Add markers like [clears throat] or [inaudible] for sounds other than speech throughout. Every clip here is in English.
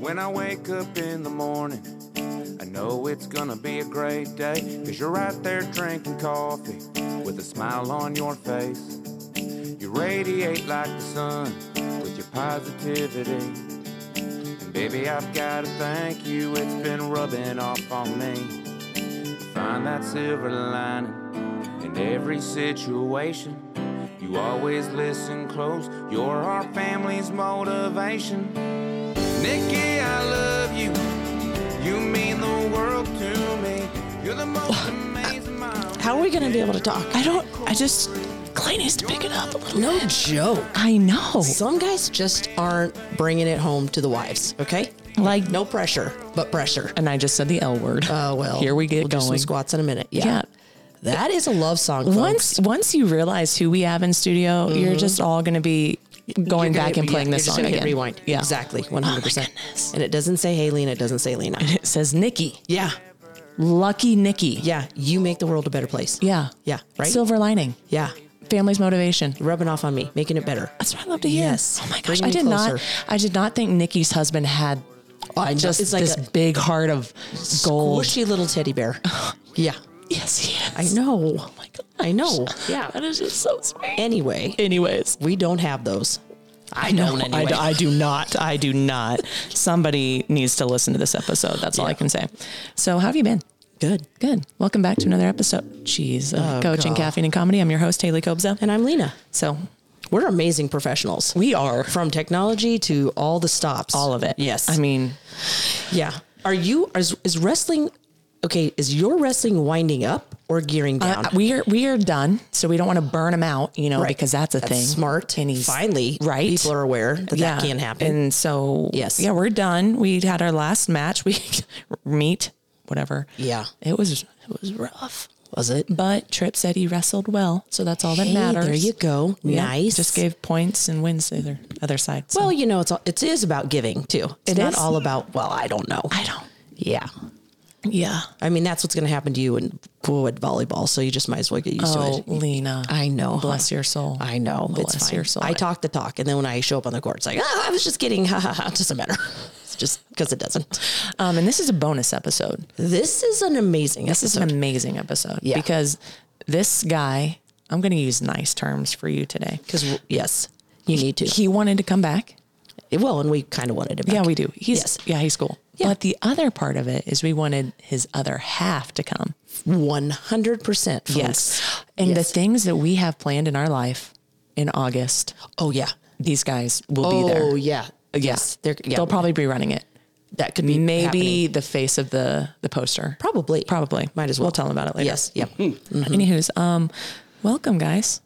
When I wake up in the morning, I know it's gonna be a great day. Cause you're right there drinking coffee with a smile on your face. You radiate like the sun with your positivity. And baby, I've gotta thank you, it's been rubbing off on me. Find that silver lining in every situation. You always listen close, you're our family's motivation. Nikki, I love you. You mean the world to me. You're the most amazing mom. Oh, How are we going to be able to talk? I don't. I just. Clay needs to pick it up a little. No joke. I know. Some guys just aren't bringing it home to the wives, okay? Like No pressure, but pressure. And I just said the L word. Oh, well. [laughs] Here we get we'll Do some going. squats in a minute. Yeah. Yeah. That is a love song. folks. Once once you realize who we have in studio, you're just all going to be going You're back gonna- and playing yeah, this you're song just gonna hit again. Rewind. Yeah. Oh Exactly. 100%. goodness. and it doesn't say Haley and it doesn't [laughs] say Lena. It says Nikki, yeah. lucky Nikki. Yeah. You make the world a better place. Yeah. Yeah. Right? Silver lining. yeah. Family's motivation. Rubbing off on me, making it better. That's what I love to hear. Yes. Oh my Bring gosh. me I did not closer. I did not think Nikki's husband had I know. just It's like this a big heart of gold. Squishy little [laughs] teddy bear. yeah. Yes, he I is. know. Oh my God. I know. Yeah. That is just so sweet. Anyway, Anyways. we don't have those. I No, don't I, anyway. d- I do not. I do not. Somebody needs to listen to this episode. That's all I can say. So, how have you been? Good. Good. Welcome back to another episode. Cheese, uh, coaching, Oh, God. caffeine, and comedy. I'm your host, Haley Kobza. And I'm Lena. So, We're amazing professionals. we are From technology to all the stops. all of it. Yes. I mean, Yeah. Are you is, is wrestling okay, is your wrestling winding up or gearing down? uh, we are we are done. So we don't want to burn them out, you know, Right. because that's a thing. Smart. And he's Finally, right. People are aware that that can happen. And so, Yes. yeah, we're done. We had our last match. We [laughs] meet, whatever. Yeah. it was it was rough. was it? But Tripp said he wrestled well, so that's all that Hey, matters. there you go. Yeah, Nice. Just gave points and wins the other other side. So. Well, you know, it's all, it is about giving too. It's It not is. all about well, I don't know. I don't. yeah. Yeah. I mean, that's what's going to happen to you in oh, at volleyball, so you just might as well get used Oh, to it. Lena. I know. Bless your soul. I know. it's Bless fine. your soul. I talk the talk, and then when I show up on the court, it's like, ah, I was just kidding. [laughs] Ha ha ha. It doesn't matter. It's just because it doesn't. Um, and this is a bonus episode. This is an amazing. This is an amazing episode Yeah. because this guy, I'm going to use nice terms for you today. because yes, you need to. He wanted to come back. Well, and we kind of wanted it. Back. Yeah, we do. He's Yes. yeah, he's cool. Yeah. But the other part of it is we wanted his other half to come. one hundred percent. Yes. And the Yes. things that we have planned in our life in August, Oh yeah. these guys will oh be there. yeah. Yes. They're, yeah. They'll probably be running it. that could be Maybe happening. the face of the the poster. Probably. Probably. Might as well. We'll tell them about it later. Yes. Mm-hmm. Yep. Hmm. Anywho's, um, welcome guys.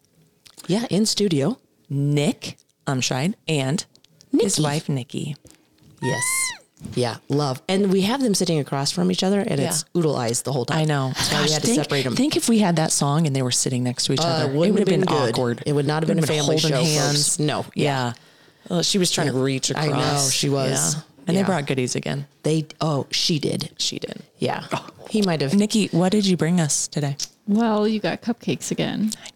Yeah. In studio. Nick Umshine and his wife Nikki. Yes. Yeah. Love. And we have them sitting across from each other, and it's oodle eyes the whole time. I know. That's why we Gosh, had to think, separate them. Think if we had that song and they were sitting next to each other, it wouldn't would have been, good. awkward. It would not have been a Would've family holding show, hands. folks. No. Yeah. Well, she was trying to reach I across. know, she was. And Yeah. they brought goodies again. They. Oh, she did. She did. Yeah. Oh. He might have. Nikki, what did you bring us today? Well, you got cupcakes again. I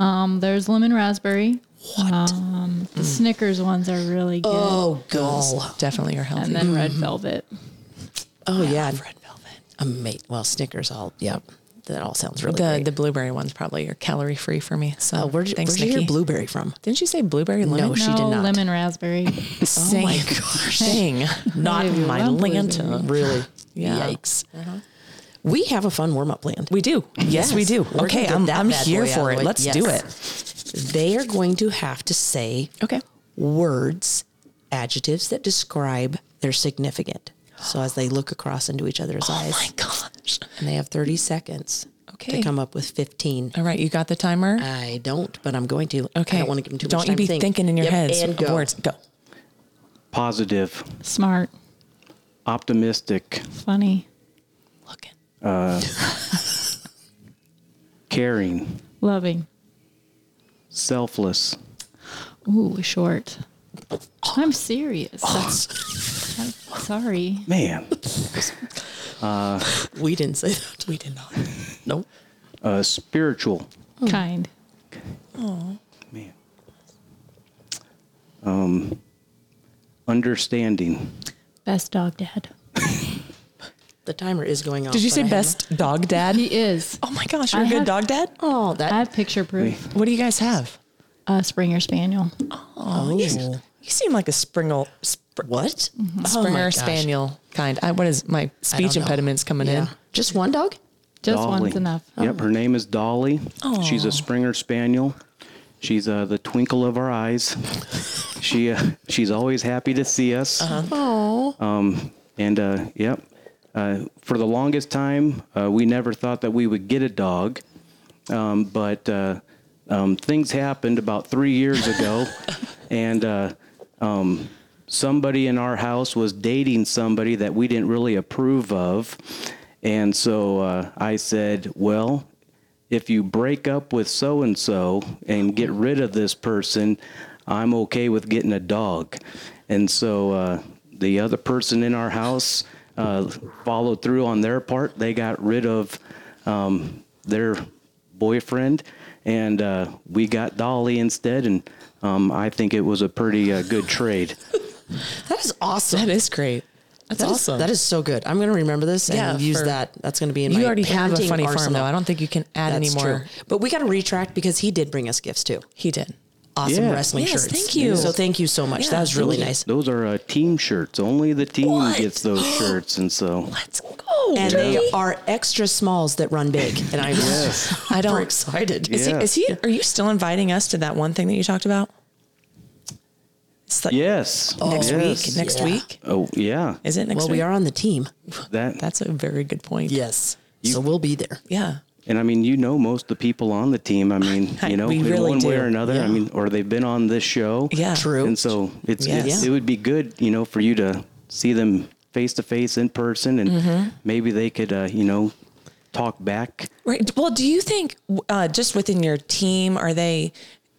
know. Um, there's lemon raspberry. What? Um, Mm. the Snickers ones are really good. Oh, goal. Definitely your healthy. and then Mm-hmm. red velvet. Oh yeah. Red velvet. Amazing. Well, Snickers. All. Yep. That all sounds really the good. the blueberry one's probably your calorie free for me. So Oh, where'd you, thanks, where'd you hear Nikki. blueberry from? Didn't you say blueberry lemon? she did No, not. [laughs] lemon raspberry. Sing. Oh my gosh. Sing. Not in my love lantern. lantern. Really? [laughs] Yeah. Yikes. We have a fun warm up planned. We do. Yes, we do. We're okay, gonna get I'm, that I'm bad here boy out for it. of the way. Let's Yes. do it. They are going to have to say Okay. words, adjectives that describe their significant. So as they look across into each other's eyes, gosh. and they have 30 seconds Okay. to come up with 15. All right, you got the timer. I don't, but I'm going to. okay. I don't want to give them too Don't much you time be to think. thinking in your Yep, heads And of go. words. Go. positive, Smart. optimistic, Funny. Looking. caring, Loving. selfless, Ooh, short. [gasps] I'm serious. That's, I'm sorry. man, We didn't say that. We did not. [laughs] Nope. uh, spiritual, Kind. man, um, understanding, Best dog dad. The timer is going off. Did you Oh, but say I have best dog [laughs] dad? He is. Oh my gosh, you're I a good have- dog dad? no- Oh, that I have picture proof. What do you guys have? Uh, Springer Spaniel. Oh, you, you seem like a Springle, spr- what? Oh Springer Mm-hmm. Spaniel kind. Oh I, what is my speech know. impediments coming in? Just one dog? Just Dolly. one's enough. Oh. Yep, her name is Dolly. She's a Springer Spaniel. She's uh, the twinkle of [laughs] our eyes. she uh, she's always happy to see us. Uh-huh. Oh, And uh, yep, uh, for the longest time, uh, we never thought that we would get a dog. Um, but uh, um, things happened about three years [laughs] ago, and uh, um, somebody in our house was dating somebody that we didn't really approve of. And so uh, I said, Well, if you break up with so and so and get rid of this person, I'm okay with getting a dog. And so uh, the other person in our house uh, followed through on their part. They got rid of um, their boyfriend, and uh, we got Dolly instead. And um, I think it was a pretty uh, good trade. that is awesome. That is great. That's That is- awesome. that is so good. I'm going to remember this and Yeah, use for- that. That's going to be in my you already have a parenting funny farm arsenal. though. I don't think you can add any That's more. true. But we got to retract because he did bring us gifts too. He did. Awesome Yeah. wrestling Yes, shirts. thank you. So thank you so much. Yeah. That was really Those- nice. Those are uh, team shirts. Only the team What? [gasps] gets those shirts, and so Let's go. And they are extra smalls that run big. And I'm I super don't. excited. Is, Yeah. he, is he? Are you still inviting us to that one thing that you talked about? It's like yes, Oh. next yes. week. Next Yeah. week Oh yeah, is it? Next Well, week? we are on the team. that That's a very good point. Yes. so we'll be there. Yeah. And I mean, you know, most of the people on the team. I mean, [laughs] I- you know, we in really one way do. or another. I mean, or they've been on this show. Yeah. True. And so it's, Yes. it's it would be good, you know, for you to see them face to face in person, and Mm-hmm. maybe they could, uh, you know, talk back. Right. Well, do you think uh, just within your team are they?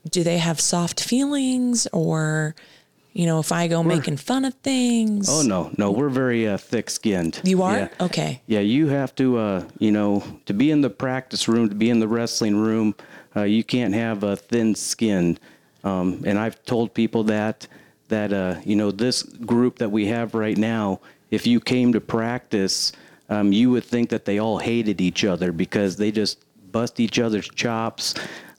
Do they have soft feelings or? You know, if I go making fun of things. Oh no, no, we're very uh, thick-skinned. You are? Yeah. Okay. Yeah, you have to, uh, you know, to be in the practice room, to be in the wrestling room, uh, you can't have a thin skin. Um, and I've told people that that uh, you know this group that we have right now, if you came to practice, um, you would think that they all hated each other because they just bust each other's chops.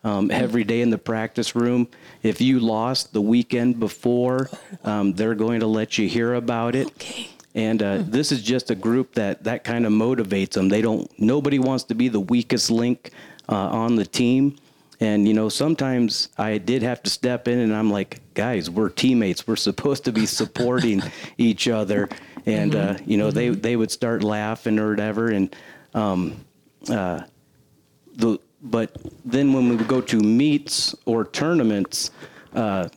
Um, every day in the practice room. If you lost the weekend before, um, they're going to let you hear about it. Okay. And uh, this is just a group that that kind of motivates them. They don't. Nobody wants to be the weakest link uh, on the team. And you know, sometimes I did have to step in, and I'm like, guys, we're teammates. We're supposed to be supporting each other. And uh, you know, they they would start laughing or whatever. And um, uh, the but then when we would go to meets or tournaments, uh,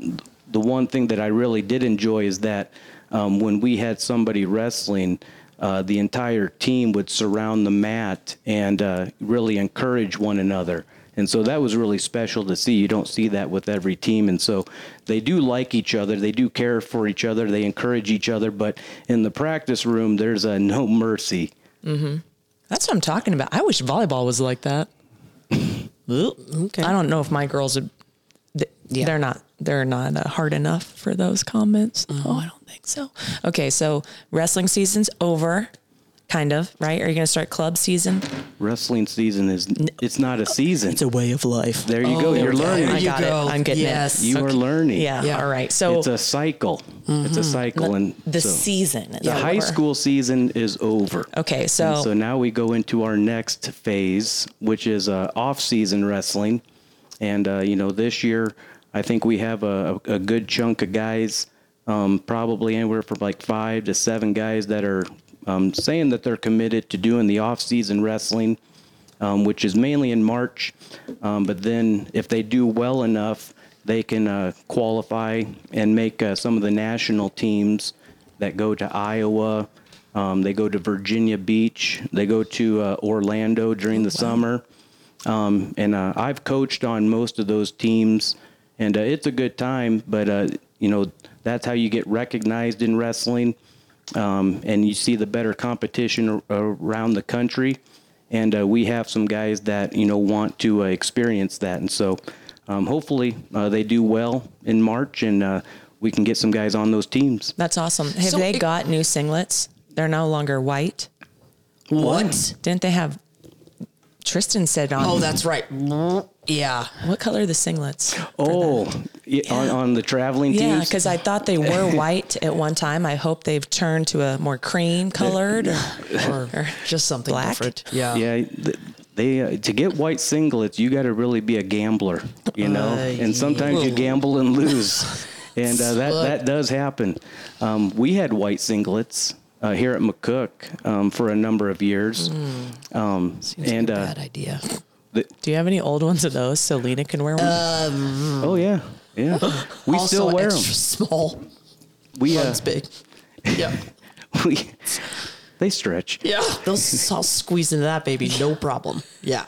the one thing that I really did enjoy is that um, when we had somebody wrestling, uh, the entire team would surround the mat and uh, really encourage one another. And so that was really special to see. You don't see that with every team. And so they do like each other. They do care for each other. They encourage each other. But in the practice room, there's a no mercy. That's what I'm talking about. I wish volleyball was like that. Okay. I don't know if my girls would. th- Yeah. They're not. They're not uh, hard enough for those comments. Oh, I don't think so. Okay, so wrestling season's over, kind of, right? Are you going to start club season? Wrestling season is it's not a season. It's a way of life. There you go. You're learning. There Oh, I you got go. it. I'm getting Yes. it. You are learning. Yeah. Yeah. All right. So Mm-hmm. it's a cycle. It's a cycle, and the so season. is the over. high school season is over. Okay, And so, so now we go into our next phase, which is uh, off-season wrestling, and uh, you know this year I think we have a, a good chunk of guys, um, probably anywhere from like five to seven guys that are um, saying that they're committed to doing the off-season wrestling um, which is mainly in March. Um, but then, if they do well enough, they can uh, qualify and make uh, some of the national teams that go to Iowa. Um, they go to Virginia Beach. They go to uh, Orlando during the summer. Um, and uh, I've coached on most of those teams, and uh, it's a good time. But uh, you know, that's how you get recognized in wrestling um, and you see the better competition ar- around the country. And uh, we have some guys that you know want to uh, experience that, and so um, hopefully uh, they do well in March, and uh, we can get some guys on those teams. That's awesome. Have So they it- got new singlets? They're no longer white. What? Didn't they have? Tristan said on. Oh, that's right. Yeah. what color are the singlets? Oh, yeah, On, on the traveling Yeah, teams. because I thought they [laughs] were white at one time. I hope they've turned to a more cream colored. [laughs] Or, Or just something Black? different. Yeah. yeah, th- they uh, to get white singlets, you got to really be a gambler, you know. and sometimes you gamble and [laughs] lose, and uh, that that does happen. Um, we had white singlets uh, here at McCook um, for a number of years, Hmm. um, and Bad uh, idea. do you have any old ones of those so Lena can wear one? Uh, oh yeah, yeah, [gasps] we also still wear them. extra small. We uh, One's big. Yeah. [laughs] we they stretch. Yeah. Those I'll squeeze into that baby, no problem. Yeah.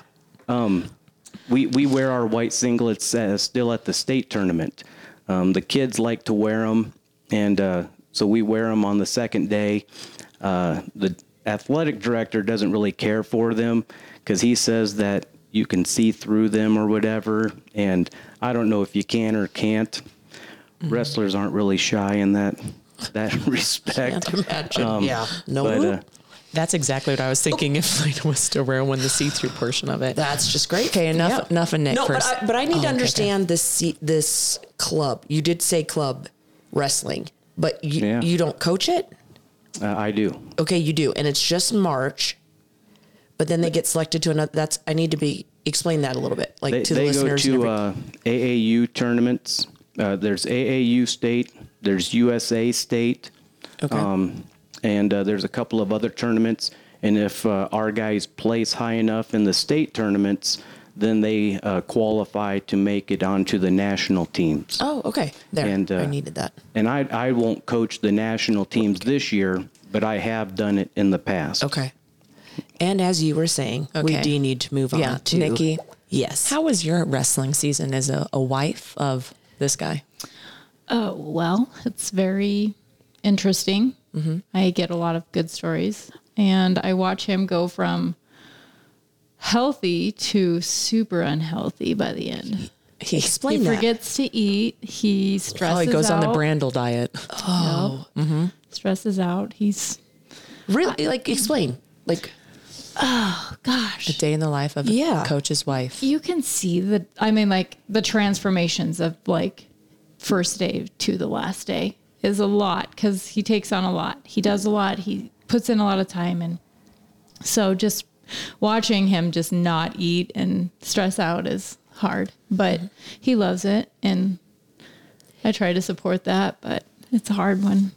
we, we wear our white singlets uh, still at the state tournament. Um, the kids like to wear them, and uh, so we wear them on the second day. Uh, the athletic director doesn't really care for them because he says that you can see through them or whatever, and I don't know if you can or can't. Mm-hmm. Wrestlers aren't really shy in that that [laughs] respect. Can't imagine. yeah. No. Um, But uh, That's exactly what I was oh. thinking. If [laughs] Lena was to wear one, the see-through portion of it. That's just great. Okay, enough- enough of Nick No, but first. I, but I Oh, okay, need to okay. understand this se- this club. You did say club wrestling, but you Yeah. you don't coach it. uh, I do. Okay, you do, and it's just March. But then they get selected to another. That's I need to be explain that a little bit, like they, to the they go listeners. and to every- uh, AAU tournaments. Uh, there's AAU state, there's USA state, Okay. um, and uh, there's a couple of other tournaments. And if uh, our guys place high enough in the state tournaments, then they uh, qualify to make it onto the national teams. oh, okay. There, and, I uh, needed that. And I, I won't coach the national teams this year, but I have done it in the past. Okay. And as you were saying, we Okay. do need to move Yeah, on to Nikki. Yes. How was your wrestling season as a, a wife of this guy? Oh, well, it's very interesting. Mm-hmm. I get a lot of good stories, and I watch him go from healthy to super unhealthy by the end. he He explain that? forgets to eat. He stresses Oh, he goes on the Mm-hmm. out. Brandel diet. Oh, stresses out. He's Really, like explain, like gosh. Day in the life of Yeah. a coach's wife. you can see the i mean like the transformations of like first day to the last day is a lot because he takes on a lot he does a lot he puts in a lot of time and so just watching him just not eat and stress out is hard but he loves it and i try to support that but it's hard when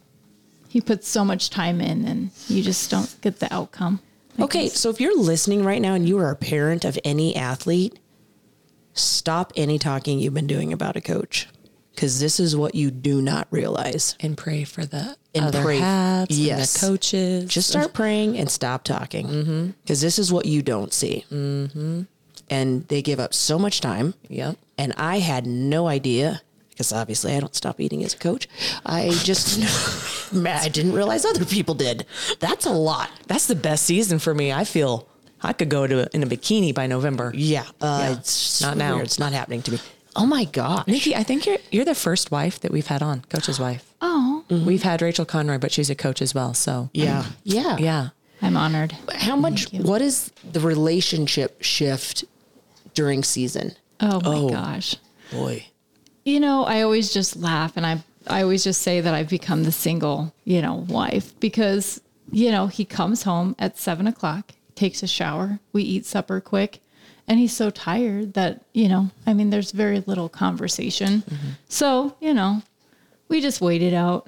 he puts so much time in and you just don't get the outcome Okay, so if you're listening right now and you are a parent of any athlete, stop any talking you've been doing about a coach because this is what you do not realize. And pray for the And other pray- hats and yes. the coaches. Just start praying and stop talking because this is what you don't see. Mm-hmm. And they give up so much time. Yep. And I had no idea because obviously I don't stop eating as a coach. I just, [laughs] Man, I didn't realize other people did. That's a lot. That's the best season for me. I feel I could go to in a bikini by November. Yeah. Uh, It's Not not now. now. It's not happening to me. Oh my gosh. Nikki, I think you're you're the first wife that we've had on, coach's wife. oh Mm-hmm. We've had Rachel Conroy, but she's a coach as well. So Yeah. Yeah. yeah. i'm honored How much, what is the relationship shift during season? oh my gosh Boy. you know, I always just laugh and I I always just say that I've become the single, you know, wife because, you know, he comes home at seven o'clock, takes a shower, we eat supper quick, and he's so tired that, you know, I mean there's very little conversation. Mm-hmm. So, you know, we just wait it out.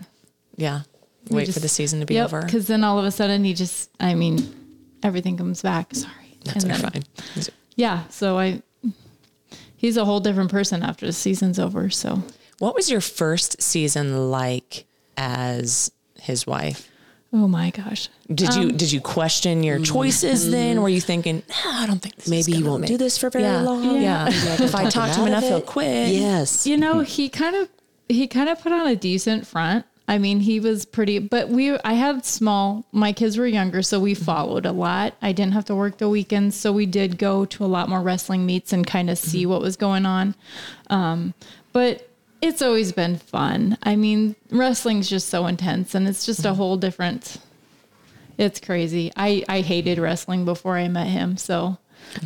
Yeah. We Wait just- for the season to be over. Because then all of a sudden he just I mean, everything comes back. Sorry. That's And then- fine. Yeah. So I he's a whole different person after the season's over. So What was your first season like as his wife? oh my gosh. Did you Um, did you question your choices then? Were you thinking, no, I don't think this mm-hmm. Maybe he won't do this for very yeah. long. Yeah. if I talk to him Out of enough, he'll it. quit. Yes. you know he kind of he kind of put on a decent front i mean he was pretty but we i had small my kids were younger so we followed a lot i didn't have to work the weekends so we did go to a lot more wrestling meets and kind of see what was going on um, but it's always been fun. I mean, wrestling's just so intense and it's just a whole different it's crazy. I I hated wrestling before I met him, so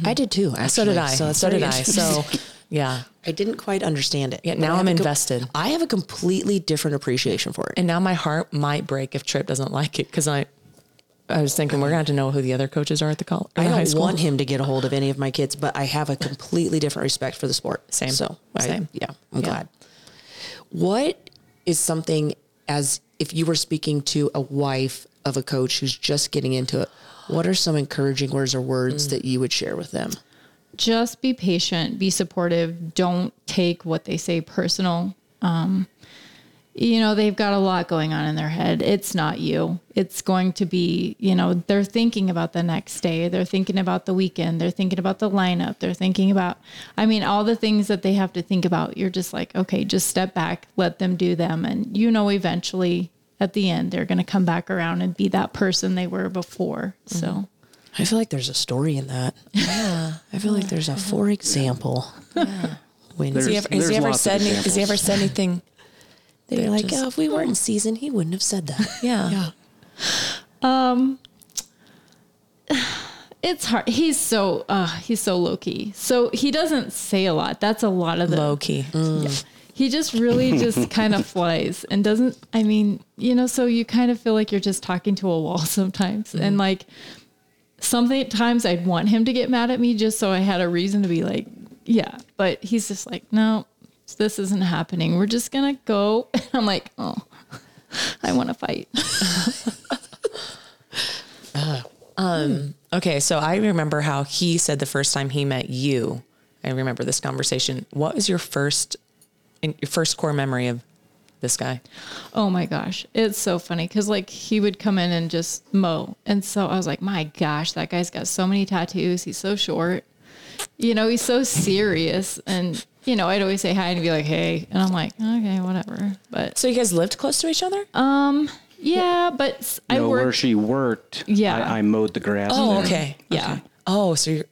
I did too. Actually. So did I. So, that's very did I. So interesting. [laughs] yeah. [laughs] I didn't quite understand it. Yeah, but now I have I'm a com- invested. I have a completely different appreciation for it. And now my heart might break if Trip doesn't like it because I, I was thinking we're gonna have to know who the other coaches are at the college. I high don't school. want him to get a hold of any of my kids, but I have a completely different respect for the sport. Same. So, I- Same. yeah, I'm Yeah. glad. What is something as if you were speaking to a wife of a coach who's just getting into it? What are some encouraging words or Mm. words that you would share with them? just be patient, be supportive. Don't take what they say personal. Um, you know, they've got a lot going on in their head. It's not you. It's going to be, you know, they're thinking about the next day. They're thinking about the weekend. They're thinking about the lineup. They're thinking about, I mean, all the things that they have to think about. You're just like, okay, just step back, let them do them. And you know, eventually at the end, they're going to come back around and be that person they were before. So. I feel like there's a story in that. Yeah. Uh-huh. I feel like there's a for example. When There's- Has he ever, has there's he ever lots of said? Any, has he ever examples. said anything? they're like, just- oh, if we weren't in season, he wouldn't have said that. [laughs] Yeah. it's hard. He's so uh, he's so low key. So he doesn't say a lot. That's a lot of the. Low key. He just really just kind of flies and doesn't. I mean, you know, so you kind of feel like you're just talking to a wall [laughs] sometimes, and like something times I'd want him to get mad at me just so I had a reason to be like, yeah. But he's just like, no, this isn't happening. We're just gonna go. [laughs] And I'm like, oh, I want to fight. Okay, so I remember how he said the first time he met you. I remember this conversation. What was your first, in- your first core memory of this guy? Oh my gosh. It's so funny because, like, he would come in and just mow. And so I was like, my gosh, that guy's got so many tattoos. He's so short. You know, he's so serious. And, you know, I'd always say hi and be like, hey. And I'm like, okay, whatever. But So you guys lived close to each other? yeah, but s- I no, where worked. she worked. Yeah. I, I mowed the grass. oh, there. okay. Yeah. Oh, so you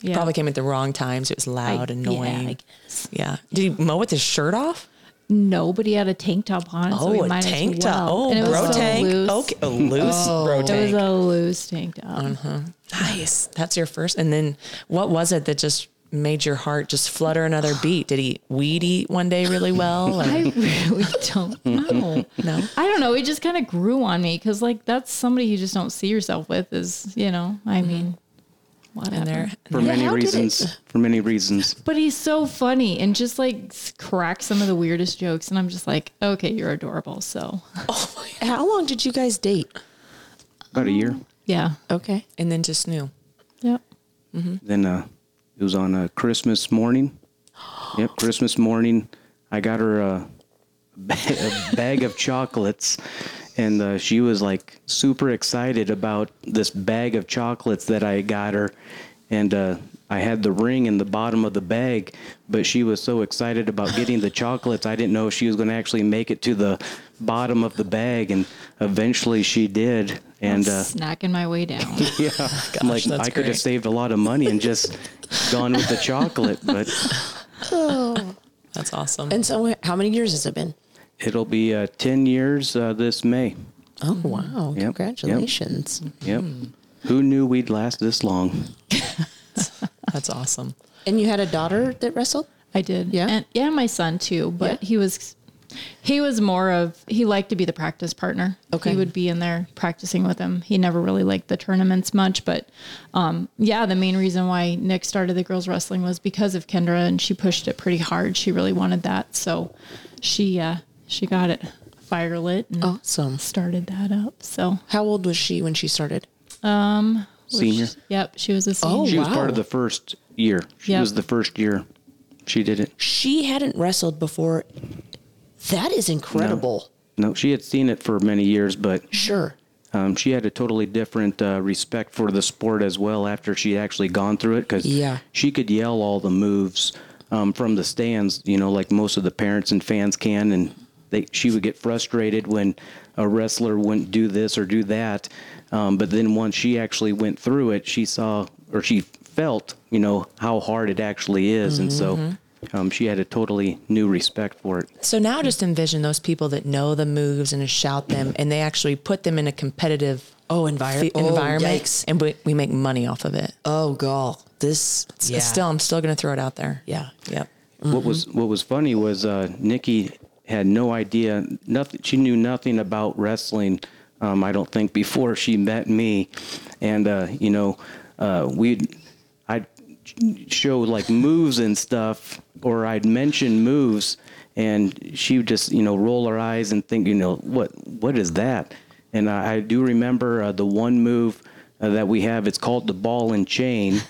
yeah. probably came at the wrong times. It was loud, and Yeah, I annoying. guess. Yeah. Did he mow with his shirt off? Nobody had a tank top on. so oh, we a might as tank well. top. Oh, And it was bro so tank. loose. Okay, a [laughs] loose bro It was tank. a loose tank top. nice. That's your first. And then what was it that just made your heart just flutter [sighs] another beat? Did he weed eat one day really well? Or- I [laughs] really don't know. no. I don't know. It just kind of grew on me because, like, that's somebody you just don't see yourself with. Is you know, I mean, whatever. And there, For many reasons. For many reasons. But he's so funny and just like s- cracks some of the weirdest jokes, and I'm just like, okay, you're adorable. So How long did you guys date? About a year. yeah, Okay. and then just knew. yep. Then uh, it was on uh, Christmas morning. Yep, Christmas morning. I got her uh, a, ba- a bag of chocolates, and uh, she was like super excited about this bag of chocolates that I got her. And uh, I had the ring in the bottom of the bag, but she was so excited about getting the chocolates, I didn't know if she was going to actually make it to the bottom of the bag. And eventually she did. And uh, Snacking my way down. [laughs] yeah, I'm like that's I could great. have saved a lot of money and just gone with the chocolate, but That's awesome. And so, how many years has it been? it'll be uh, ten years uh, this May. Oh wow! Yep. Congratulations. Yep. Who knew we'd last this long? That's awesome. And you had a daughter that wrestled. I did. Yeah? And yeah, my son too, but he was he was more of he liked to be the practice partner. Okay. He would be in there practicing with him. He never really liked the tournaments much, but um yeah, the main reason why Nick started the girls wrestling was because of Kendra and she pushed it pretty hard. She really wanted that. So she uh she got it fire lit and Awesome. started that up. So How old was she when she started? Senior. yep, she was a Oh, senior. She was wow. part of the first year. She Yep. was the first year. She did it. She hadn't wrestled before. That is incredible. No, she had seen it for many years, but Sure. um, she had a totally different uh, respect for the sport as well after she had actually gone through it because Yeah. she could yell all the moves um, from the stands, you know, like most of the parents and fans can, and they she would get frustrated when a wrestler wouldn't do this or do that. Um, but then once she actually went through it, she saw or she felt, you know, how hard it actually is, and so um, she had a totally new respect for it. So now just envision those people that know the moves and shout them, and they actually put them in a competitive Oh, envir- fe- oh, environment, yikes. and we, we make money off of it. Oh, gall. This yeah. Still, I'm still going to throw it out there. Yeah. Yep. What was what was funny was uh, Nikki had no idea nothing. She knew nothing about wrestling. Um, I don't think before she met me, and uh, you know, uh, we I'd show like moves and stuff, or I'd mention moves, and she would just you know roll her eyes and think you know what what is that? And I, I do remember uh, the one move uh, that we have. It's called the ball [laughs] and chain,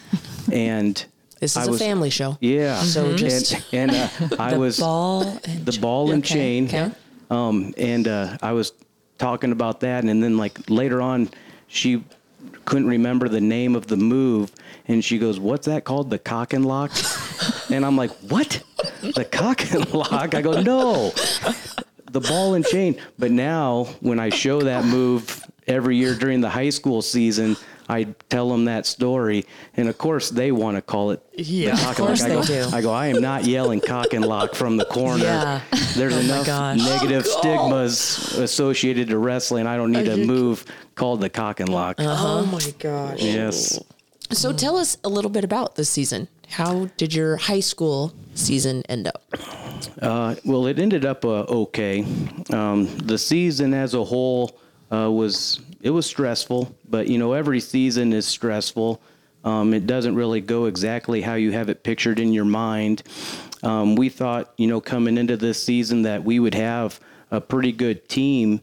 and. This I is a was- family show. yeah. Mm-hmm. So just- and, and uh, [laughs] I was ball and the ball and Okay, chain. okay. Um, and uh, I was talking about that, and then like later on, she couldn't remember the name of the move, and she goes, "What's that called? The cock [laughs] and lock?" and I'm like, "What? The cock and lock?" I go, "No." The ball and chain, but now when I show that move every year during the high school season, I tell them that story, and of course they want to call it Yeah. the cock and course lock. I they go, do. I go, I am not yelling cock and lock from the corner. Yeah. Oh There's enough gosh. negative stigmas associated to wrestling. I don't need a move called the cock and lock. Oh my gosh. Yes. So tell us a little bit about this season. How did your high school season end up? Well, it ended up uh, okay. Um, the season as a whole uh, was it was stressful, but you know every season is stressful. Um, it doesn't really go exactly how you have it pictured in your mind. Um, we thought, you know, coming into this season that we would have a pretty good team,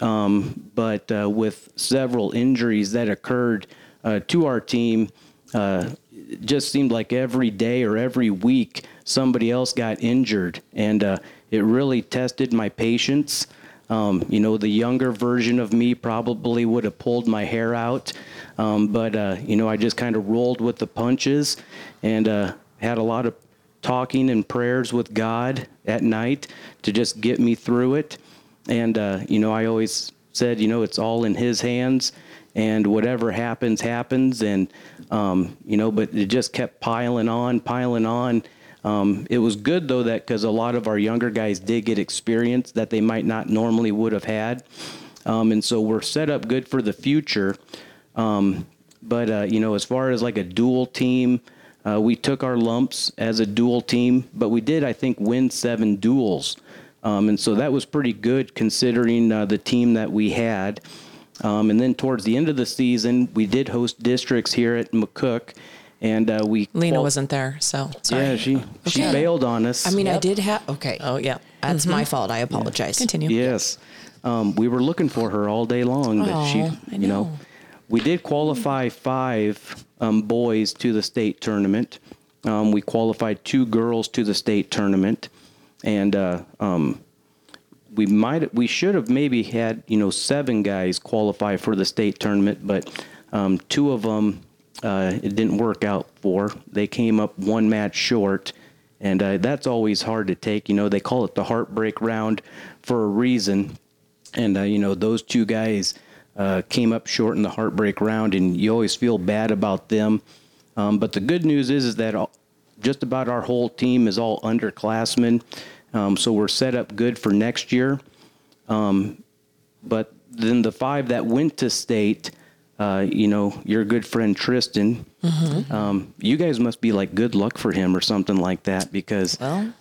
um, but uh, with several injuries that occurred uh, to our team, uh, it just seemed like every day or every week somebody else got injured, and uh, it really tested my patience. Um, you know, the younger version of me probably would have pulled my hair out, um, but uh, you know, I just kind of rolled with the punches and uh, had a lot of talking and prayers with God at night to just get me through it. And, uh, you know, I always said, you know, it's all in his hands and whatever happens, happens. And, um, you know, but it just kept piling on, piling on. Um, it was good though that because a lot of our younger guys did get experience that they might not normally would have had. Um, and so we're set up good for the future. Um, but uh, you know, as far as like a dual team, uh, we took our lumps as a dual team, but we did, I think, win seven duels, um, and so that was pretty good considering uh, the team that we had. Um, and then towards the end of the season, we did host districts here at McCook, and uh, we Lena qual- wasn't there, so sorry. Yeah, she she Okay. bailed on us. I mean, I did have okay. oh yeah. That's my fault. I apologize. Continue. Yes. Um, we were looking for her all day long, but she, Aw, you know. we did qualify five um, boys to the state tournament. Um, we qualified two girls to the state tournament, and uh, um, we might we should have maybe had you know seven guys qualify for the state tournament, but um, two of them uh, it didn't work out for. They came up one match short, and uh, that's always hard to take. You know they call it the heartbreak round for a reason, and uh, you know those two guys uh, came up short in the heartbreak round, and you always feel bad about them. Um, but the good news is is that all, just about our whole team is all underclassmen, um, so we're set up good for next year Um, but then the five that went to state, uh, you know, your good friend Tristan, um, you guys must be like good luck for him or something like that because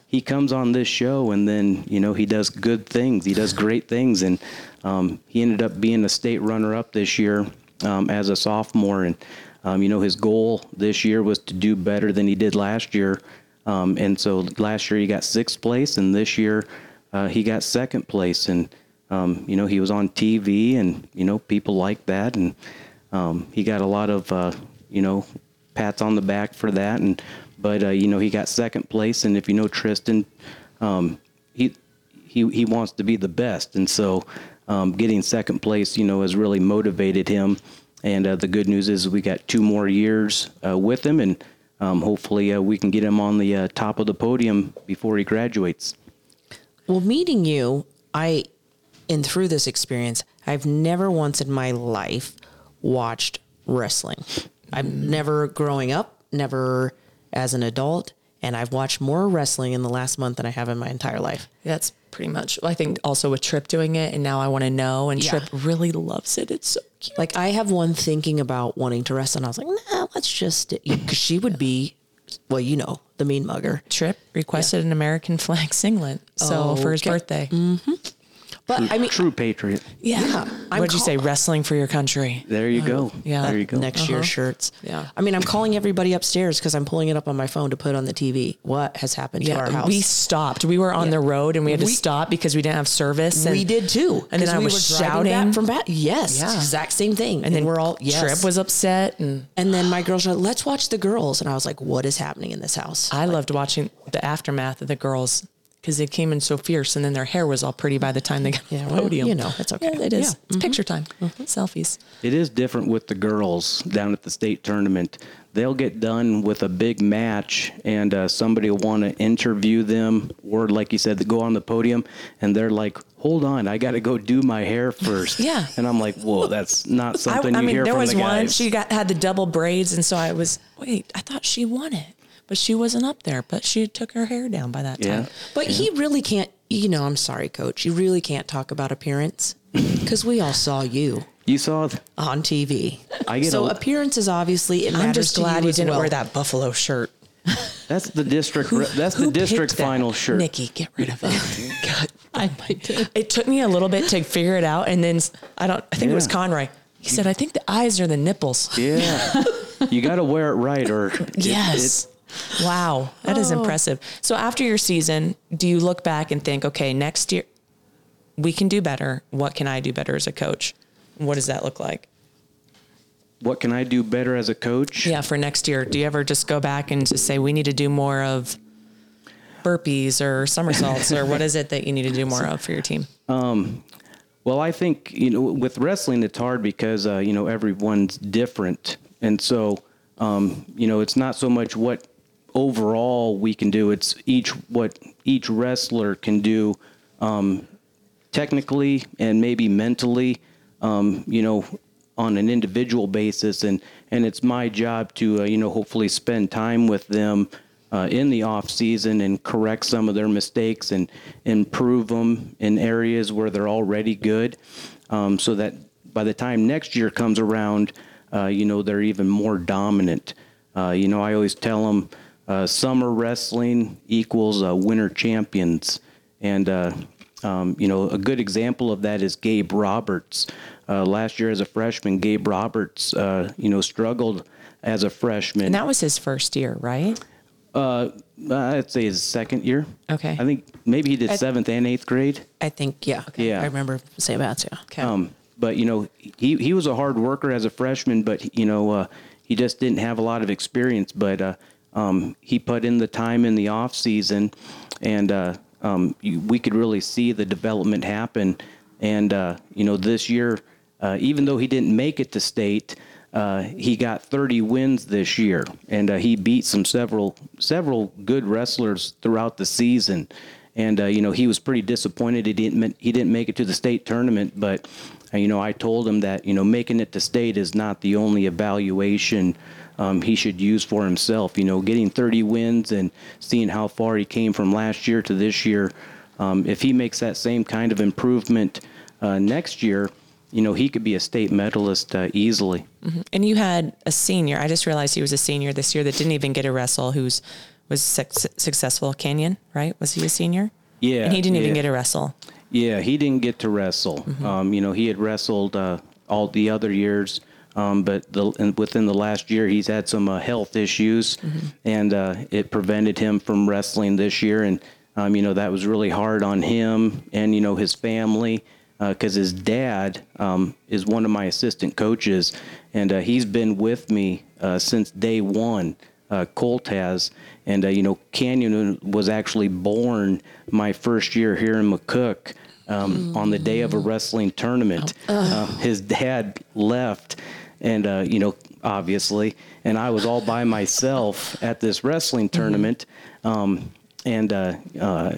he comes on this show and then you know he does good things, he does great things, and um, he ended up being a state runner-up this year um, as a sophomore, and um, you know his goal this year was to do better than he did last year. Um, and so last year he got sixth place, and this year uh, he got second place. And um, you know, he was on TV, and you know, people like that, and um, he got a lot of uh, you know pats on the back for that. And but uh, you know, he got second place, and if you know Tristan, um, he he he wants to be the best, and so um, getting second place, you know, has really motivated him. And uh, the good news is we got two more years uh, with him, and um, hopefully uh, we can get him on the uh, top of the podium before he graduates. Well, meeting you, I, and through this experience, I've never once in my life Mm-hmm. watched wrestling. I've never growing up, never as an adult, And I've watched more wrestling in the last month than I have in my entire life. That's pretty much. I think also with Trip doing it, and now I want to know. And Yeah. Trip really loves it. It's so cute. Like I have one thinking about wanting to wrestle, and I was like, nah, let's just because she would be, well, you know, the mean mugger. Trip requested an American flag singlet. So for his Okay. Mm, birthday. But I mean, True patriot. Yeah. I'm What'd you call- say? Wrestling for your country. There you go. yeah. There you go. uh, next year's shirts. Uh-huh. Yeah. I mean, I'm calling everybody upstairs because I'm pulling it up on my phone to put on the TV. What has happened to our house? We stopped. We were on the road and we had to We- stop because we didn't have service. And, we did too. And then 'cause I we was were driving back shouting. from bat. Yes, Yeah. exact same thing. And then we're all yes. Trip was upset. And and then [gasps] my girls are like, let's watch the girls, and I was like, what is happening in this house? I loved watching the aftermath of the girls because they came in so fierce and then their hair was all pretty by the time they got Yeah, on the well, podium. you know, it's okay. Yeah, it is. Yeah. mm-hmm. It's picture time. Selfies. It is different with the girls down at the state tournament. They'll get done with a big match, and uh, somebody will want to interview them, or like you said, go on the podium, and they're like, "Hold on, I got to go do my hair first. Yeah. and I'm like, "Whoa, that's not I, something I you mean, hear there from was the guys." one. She got had the double braids, and so I was wait. I thought she won it, but she wasn't up there. But she had took her hair down by that yeah, time. But he really can't, you know, I'm sorry, coach. You really can't talk about appearance [clears throat] because we all saw you you saw. th- on TV. I get so a- appearance is obviously it matters I'm just to glad you you as didn't well. wear that buffalo shirt. That's the district. re- that's the Who picked district that? final shirt. Nikki, get rid of it. [laughs] [laughs] God, I might do. it took me a little bit to figure it out, and then s- I don't. I think it was Yeah. Conroy. He said, "I think the eyes are the nipples." Yeah, you got to wear it right, or it- Yes. wow, that Oh. is impressive. So after your season, do you look back and think, "Okay, next year we can do better. What can I do better as a coach? What does that look like?" it- what can I do better as a coach? Yeah, for next year, do you ever just go back and just say we need to do more of burpees or somersaults or what is it that you need to do more of for your team? Well, I think you know with wrestling it's hard because uh, you know everyone's different, and so um, you know it's not so much what overall we can do; it's each what each wrestler can do technically and maybe mentally, um, you know, on an individual basis. And and it's my job to uh, you know hopefully spend time with them uh, in the off season and correct some of their mistakes and improve them in areas where they're already good, um, so that by the time next year comes around, uh, you know they're even more dominant. Uh, you know, I always tell them uh, summer wrestling equals uh, winter champions. And, uh, um, you know, a good example of that is Gabe Roberts. Uh, last year as a freshman, Gabe Roberts, uh, you know, struggled as a freshman. And that was his first year, right? Uh, I'd say his second year. Okay. I think maybe he did seventh and eighth grade. I think, yeah. Yeah. I remember saying that, yeah. Okay. Um, but you know, he he was a hard worker as a freshman, but you know, uh, he just didn't have a lot of experience. But uh, um, he put in the time in the off season, and uh, um, you, we could really see the development happen. And uh, you know, this year, uh, even though he didn't make it to state. Uh, he got 30 wins this year, and uh, he beat some several several good wrestlers throughout the season and uh, you know he was pretty disappointed he didn't ma- he didn't make it to the state tournament but uh, you know I told him that you know making it to state is not the only evaluation um, he should use for himself you know getting 30 wins and seeing how far he came from last year to this year um, if he makes that same kind of improvement uh, next year you know he could be a state medalist uh, easily And you had a senior. I just realized he was a senior this year that didn't even get a wrestle who's was suc successful. Canyon, right? Was he a senior? Yeah, And he didn't even yeah. get a wrestle. Yeah, he didn't get to wrestle. Um, you know, he had wrestled uh, all the other years, um, but the, and within the last year, he's had some uh, health issues, and uh, it prevented him from wrestling this year. And um, you know, that was really hard on him and you know his family because uh, his dad um, is one of my assistant coaches, and uh, he's been with me uh, since day one. Uh, Colt has, and uh, you know, Canyon was actually born my first year here in McCook um, on the day of a wrestling tournament. Uh, his dad left, and uh, you know, obviously, and I was all by myself at this wrestling tournament, um, and uh, uh,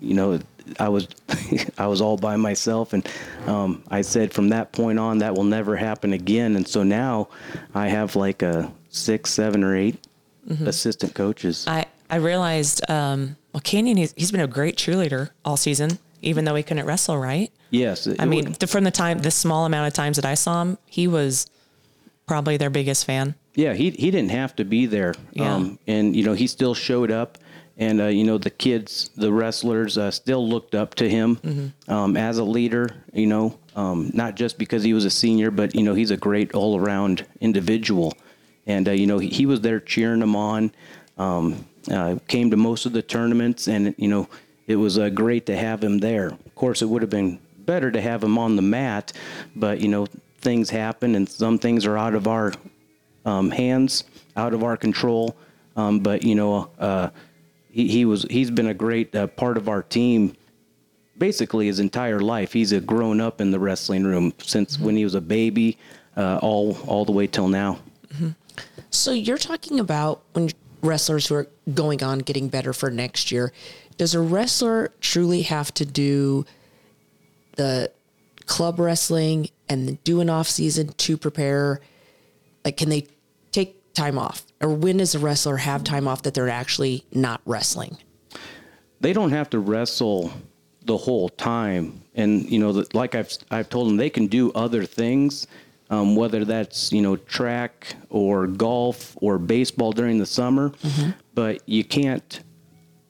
you know, I was [laughs] I was all by myself, and um, I said from that point on that will never happen again. And so now I have like a six, seven, or 8 assistant coaches. Mm-hmm. I I realized, um, well, Canyon, he's, he's been a great cheerleader all season, even though he couldn't wrestle, right? Yes. I mean, the, from the time, the small amount of times that I saw him, he was probably their biggest fan. yeah, he, he didn't have to be there. Yeah. Um, and, you know, he still showed up. And, uh, you know, the kids, the wrestlers uh, still looked up to him um, as a leader, you know, um, not just because he was a senior, but, you know, he's a great all around individual. And, uh, you know, he, he was there cheering them on, um, uh, came to most of the tournaments. And, you know, it was uh, great to have him there. Of course, it would have been better to have him on the mat, but, you know, things happen and some things are out of our um, hands out of our control. Um, but you know, uh, he, he was he's been a great uh, part of our team. Basically, his entire life, he's a grown up in the wrestling room since when he was a baby, uh, all all the way till now. So you're talking about when wrestlers who are going on getting better for next year. Does a wrestler truly have to do the club wrestling and do an off season to prepare? Like, can they take time off, or when does a wrestler have time off that they're actually not wrestling? they don't have to wrestle the whole time. And you know, the, like I've I've told them, they can do other things, um, whether that's you know track or golf or baseball during the summer. Mm-hmm. But you can't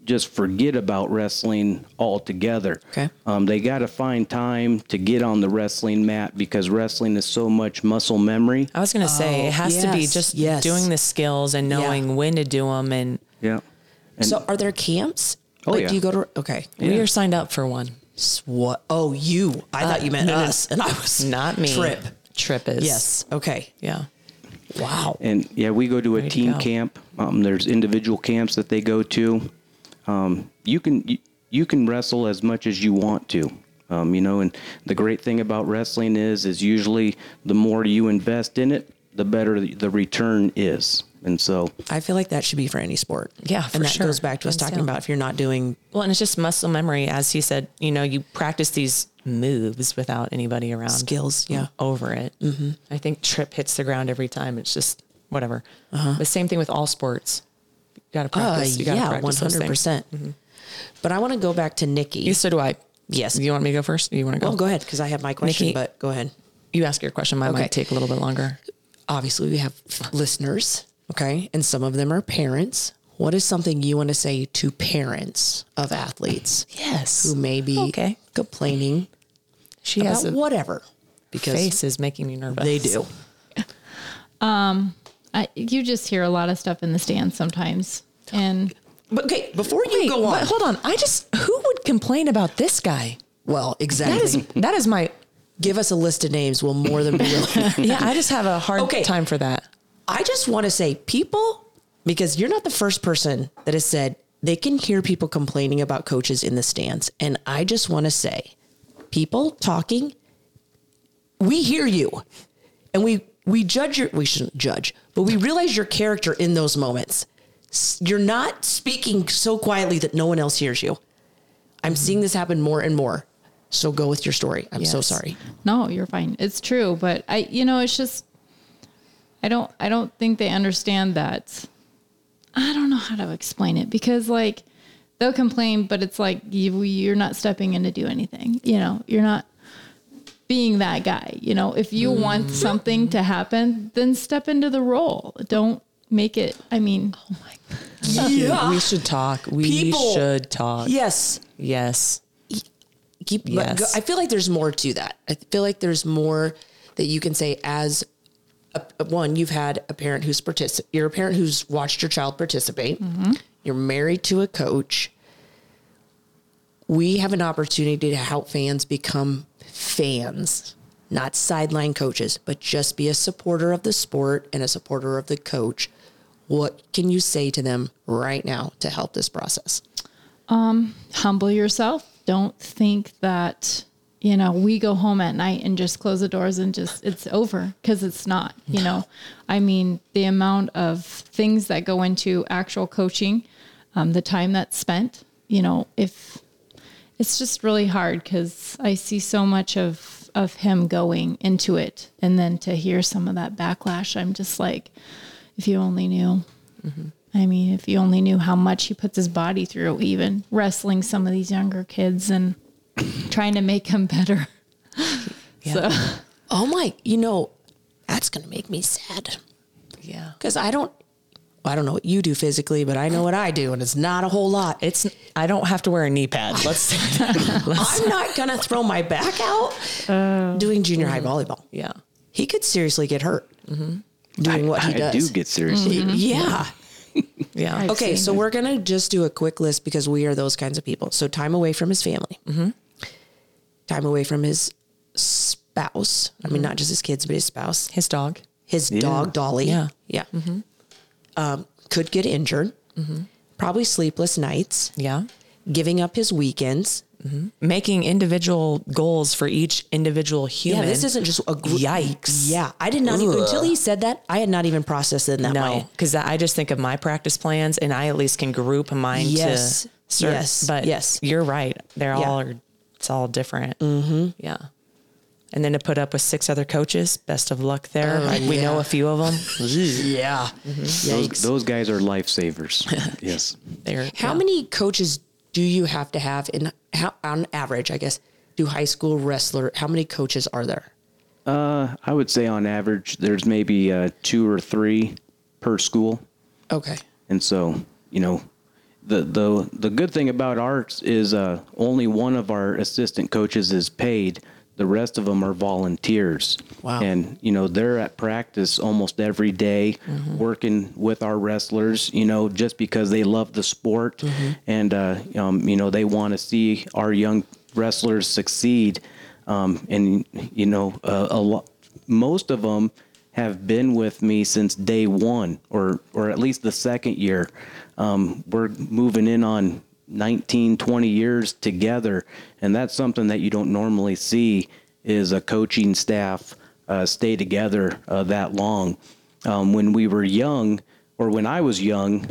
just forget about wrestling altogether. Okay. Um, they got to find time to get on the wrestling mat because wrestling is so much muscle memory. I was going to say, Oh, it has to be yes, just yes. doing the skills and Yeah. knowing when to do them. And Yeah. And so, are there camps? Oh, like, yeah. Do you go to? Okay. we are signed up for one. What? Oh, you. I thought you meant no, no. us, and I was Not me. Trip. Trip is. Yes. Okay. Yeah. Wow. And yeah, we go to a Way to team go. camp. Um, there's individual camps that they go to. Um, you can you, you can wrestle as much as you want to. Um, you know, and the great thing about wrestling is is usually the more you invest in it, the better the- the return is. And so, I feel like that should be for any sport. Yeah, for and that sure. goes back to us Hands talking down. about if you're not doing Well, and it's just muscle memory. As he said, you know, you practice these moves without anybody around. Skills, yeah. Over it. Mm-hmm. I think Trip hits the ground every time. It's just whatever. The same thing with all sports. You got to Uh-huh. uh, practice. you got to yeah, one practice. those things. hundred percent. Mm-hmm. But I want to go back to Nikki. You- So do I. Yes. You want me to go first? Or you want to go? well, go ahead because I have my question. Nikki- but go ahead. You ask your question. Mine might take a little bit longer. Obviously, we have listeners, okay, and some of them are parents. What is something you want to say to parents of athletes Yes. who may be Okay. complaining She about has a whatever? Because face is making me nervous. they do. I, you just hear a lot of stuff in the stands sometimes. And But okay, before you Wait, go on, but hold on. I just who would complain about this guy? well, exactly. That is that is my Give us a list of names. We'll [laughs] more than be willing. yeah. I just have a hard Okay. time for that. I just want to say, people, because you're not the first person that has said they can hear people complaining about coaches in the stands. And I just want to say, people talking, we hear you. And we, we judge your, we shouldn't judge, but we realize your character in those moments. S- You're not speaking so quietly that no one else hears you. I'm seeing this happen more and more. So go with your story. I'm so Yes. sorry. no, you're fine. It's true, but I you know, it's just I don't I don't think they understand that. I don't know how to explain it because like they'll complain, but it's like you, you're not stepping in to do anything. You know, you're not being that guy. You know, if you want something to happen, then step into the role. Don't make it. I mean, Yeah. We should talk. We People- should talk. Yes. Yes. keep but Yes. go- I feel like there's more to that. I feel like there's more that you can say as a, one you've had a parent who's particip- you're a parent who's watched your child participate. You're married to a coach. We have an opportunity to help fans become fans, not sideline coaches, but just be a supporter of the sport and a supporter of the coach. What can you say to them right now to help this process? humble yourself. Don't think that, you know, we go home at night and just close the doors and just it's over because it's not, you know. I mean, the amount of things that go into actual coaching, um, the time that's spent, you know, if it's just really hard because I see so much of of him going into it and then to hear some of that backlash, I'm just like, if you only knew. I mean, if you only knew how much he puts his body through, even wrestling some of these younger kids and [coughs] trying to make them better. [laughs] So Oh my, you know, that's going to make me sad Yeah. because I don't, well, I don't know what you do physically, but I know what I do and it's not a whole lot. [laughs] It's I don't have to wear a knee pad. Let's [laughs] say that. Let's- I'm not going to throw my back out Oh. doing junior high volleyball. yeah. He could seriously get hurt doing what he Mm-hmm. I does. Mm-hmm. do get Mm-hmm. seriously. yeah. Yeah. I've Okay, seen so we're gonna just do a quick list because we are those kinds of people. So time away from his family, Mm-hmm. time away from his spouse. I Mm-hmm. mean, not just his kids, but his spouse, His dog. his dog Dolly. Yeah. yeah. Mm-hmm. Um, could get injured. Probably sleepless nights. Yeah. Giving up his weekends. Making individual goals for each individual human. Yeah, this isn't just a group. Yikes. Yeah, I did not even until he said that. I had not even processed it in that way. No, because I just think of my practice plans, and I at least can group mine Yes. to certain. Yes. but Yes. you're right. They're Yeah. Mm-hmm. all are, it's all different. Yeah, and then to put up with six other coaches, best of luck there. Oh, like we know a few of them. Yeah. Those, those guys [laughs] are lifesavers. yes. They're, How many coaches do you have to have in how on average, I guess, do high school wrestler how many coaches are there? I would say on average, there's maybe uh, two or three per school. Okay. And so, you know, the the the good thing about ours is uh, only one of our assistant coaches is paid. The rest of them are volunteers. Wow. And you know, they're at practice almost every day, working with our wrestlers. You know, just because they love the sport, and uh, um, you know, they want to see our young wrestlers succeed. Um, and you know, uh, a lot, most of them have been with me since day one, or or at least the second year. Um, we're moving in on 19, 20 years together, and that's something that you don't normally see is a coaching staff uh, stay together uh, that long. Um, when we were young, or when I was young,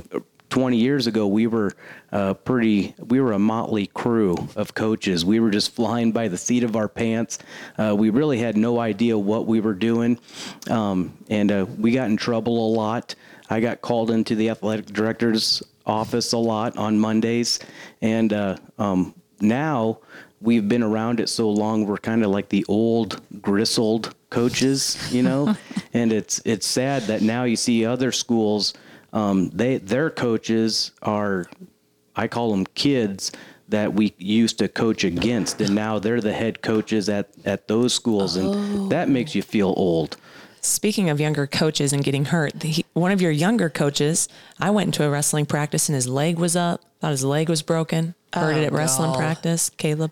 20 years ago, we were uh, pretty, we were a motley crew of coaches. We were just flying by the seat of our pants. Uh, we really had no idea what we were doing. Um, and uh, we got in trouble a lot. I got called into the athletic director's office a lot on Mondays. And uh, um, now we've been around it so long, we're kind of like the old, gristled coaches, you [laughs] know? and it's, it's sad that now you see other schools um, they their coaches are I call them kids that we used to coach against, and now they're the head coaches at at those schools, Oh. and that makes you feel old. Speaking of younger coaches and getting hurt, the, he, one of your younger coaches, I went into a wrestling practice and his leg was up. Thought his leg was broken. Hurt Oh, it at wrestling practice. Caleb,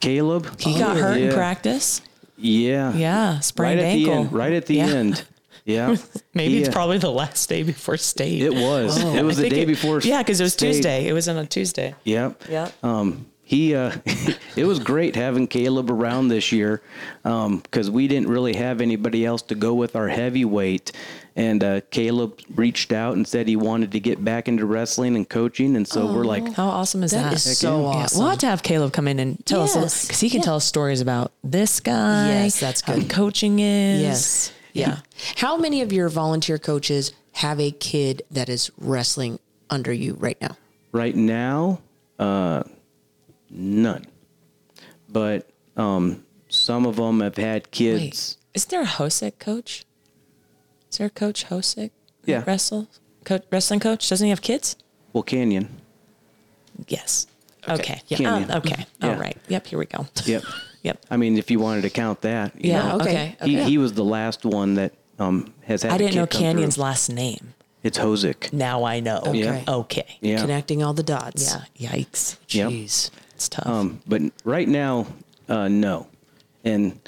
Caleb, he got hurt Oh, yeah. in practice. Yeah, Yeah, sprained right at ankle. the end. Right at the Yeah. [laughs] end. Yeah, uh, Maybe it's Yeah. probably the last day before state. Oh. It was. It was I the think day before. Yeah, because it was state. Tuesday. It was on a Tuesday. Yep. Yeah. Um, he, uh, [laughs] it was great having Caleb around this year because we didn't really have anybody else to go with our heavyweight. And uh, Caleb reached out and said he wanted to get back into wrestling and coaching. And so we're like, How awesome is That that? is so yeah. awesome. We'll have to have Caleb come in and tell us Yes. because he can tell us stories about this guy. Yes, that's how good. coaching is. Yes. Yeah. How many of your volunteer coaches have a kid that is wrestling under you right now? right now, uh, none. But um, some of them have had Wait, kids. is there a Hosick coach? Is there a coach Hosick? who Yeah. Wrestle, co- wrestling coach. Doesn't he have kids? Well, Canyon. Yes. Okay. Yeah. Can Um, you? okay. All [laughs] Yeah. right. Yep. Here we go. Yep. [laughs] Yep. I mean, if you wanted to count that. you Yeah. know. okay. okay. He, he was the last one that um, has had. I a didn't kid know come Canyon's through. last name. It's Hosick. Now I know. Yeah. Okay. Yeah. Connecting all the dots. Yeah. Yikes. Yep. Jeez. It's tough. Um, but right now, uh, no. And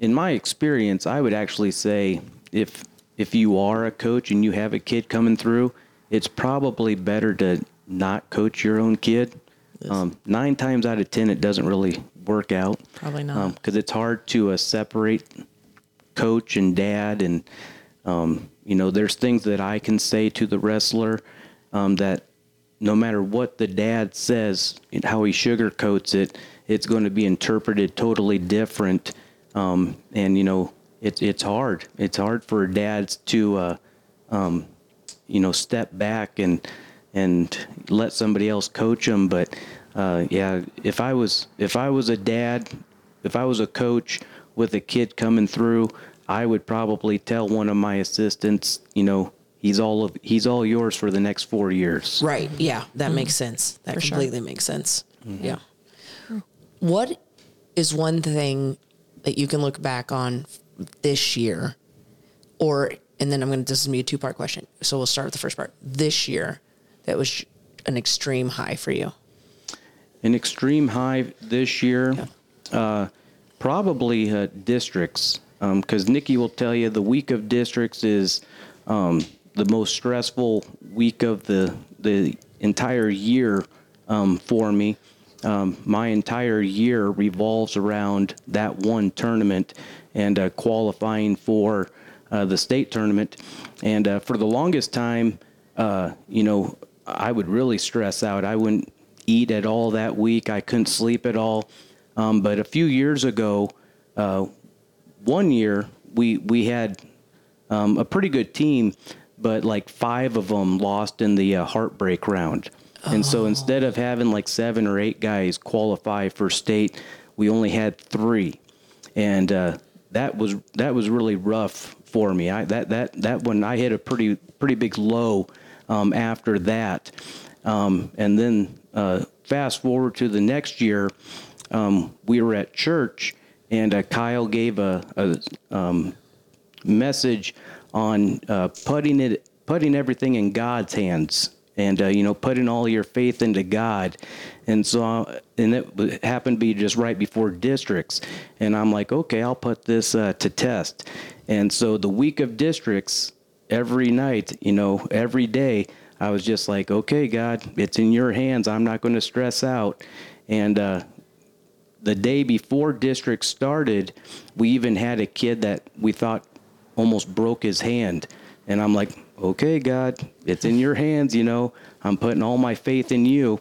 in my experience, I would actually say if if you are a coach and you have a kid coming through, it's probably better to not coach your own kid. Um, nine times out of ten, it doesn't really work out. Probably not. because it's hard to uh, separate coach and dad and um, you know there's things that i can say to the wrestler um, that no matter what the dad says and how he sugarcoats it it's going to be interpreted totally different um, and you know it's it's hard it's hard for dads to uh, you know step back and and let somebody else coach them. But uh, yeah, if I was if I was a dad, if I was a coach with a kid coming through, I would probably tell one of my assistants, you know, he's all of he's all yours for the next four years. Right. Yeah. That makes sense. That sure. completely makes sense. Yeah. What is one thing that you can look back on this year? Or, and then I'm going to, this is going to be a two part question. So we'll start with the first part. This year, that was an extreme high for you. An extreme high this year, uh, probably uh, districts, because Nikki will tell you the week of districts is um, the most stressful week of the the entire year um, for me. Um, my entire year revolves around that one tournament and uh, qualifying for uh, the state tournament. And uh, for the longest time, uh, you know, I would really stress out. I wouldn't eat at all that week. I couldn't sleep at all. Um, but a few years ago, uh, one year we we had um, a pretty good team, but like five of them lost in the uh, heartbreak round. And so instead of having like seven or eight guys qualify for state, we only had three, and uh, that was that was really rough for me. I that that that one I hit a pretty pretty big low um, after that, um, and then uh, fast forward to the next year, um, we were at church, and uh, Kyle gave a, a um, message on uh, putting it putting everything in God's hands and uh, you know putting all your faith into God and so uh, and it w- happened to be just right before districts and I'm like okay I'll put this uh, to test and so the week of districts every night you know every day I was just like okay God it's in your hands I'm not going to stress out and uh, the day before district started, we even had a kid that we thought almost broke his hand. And I'm like, okay, God, it's in your hands, you know. I'm putting all my faith in you.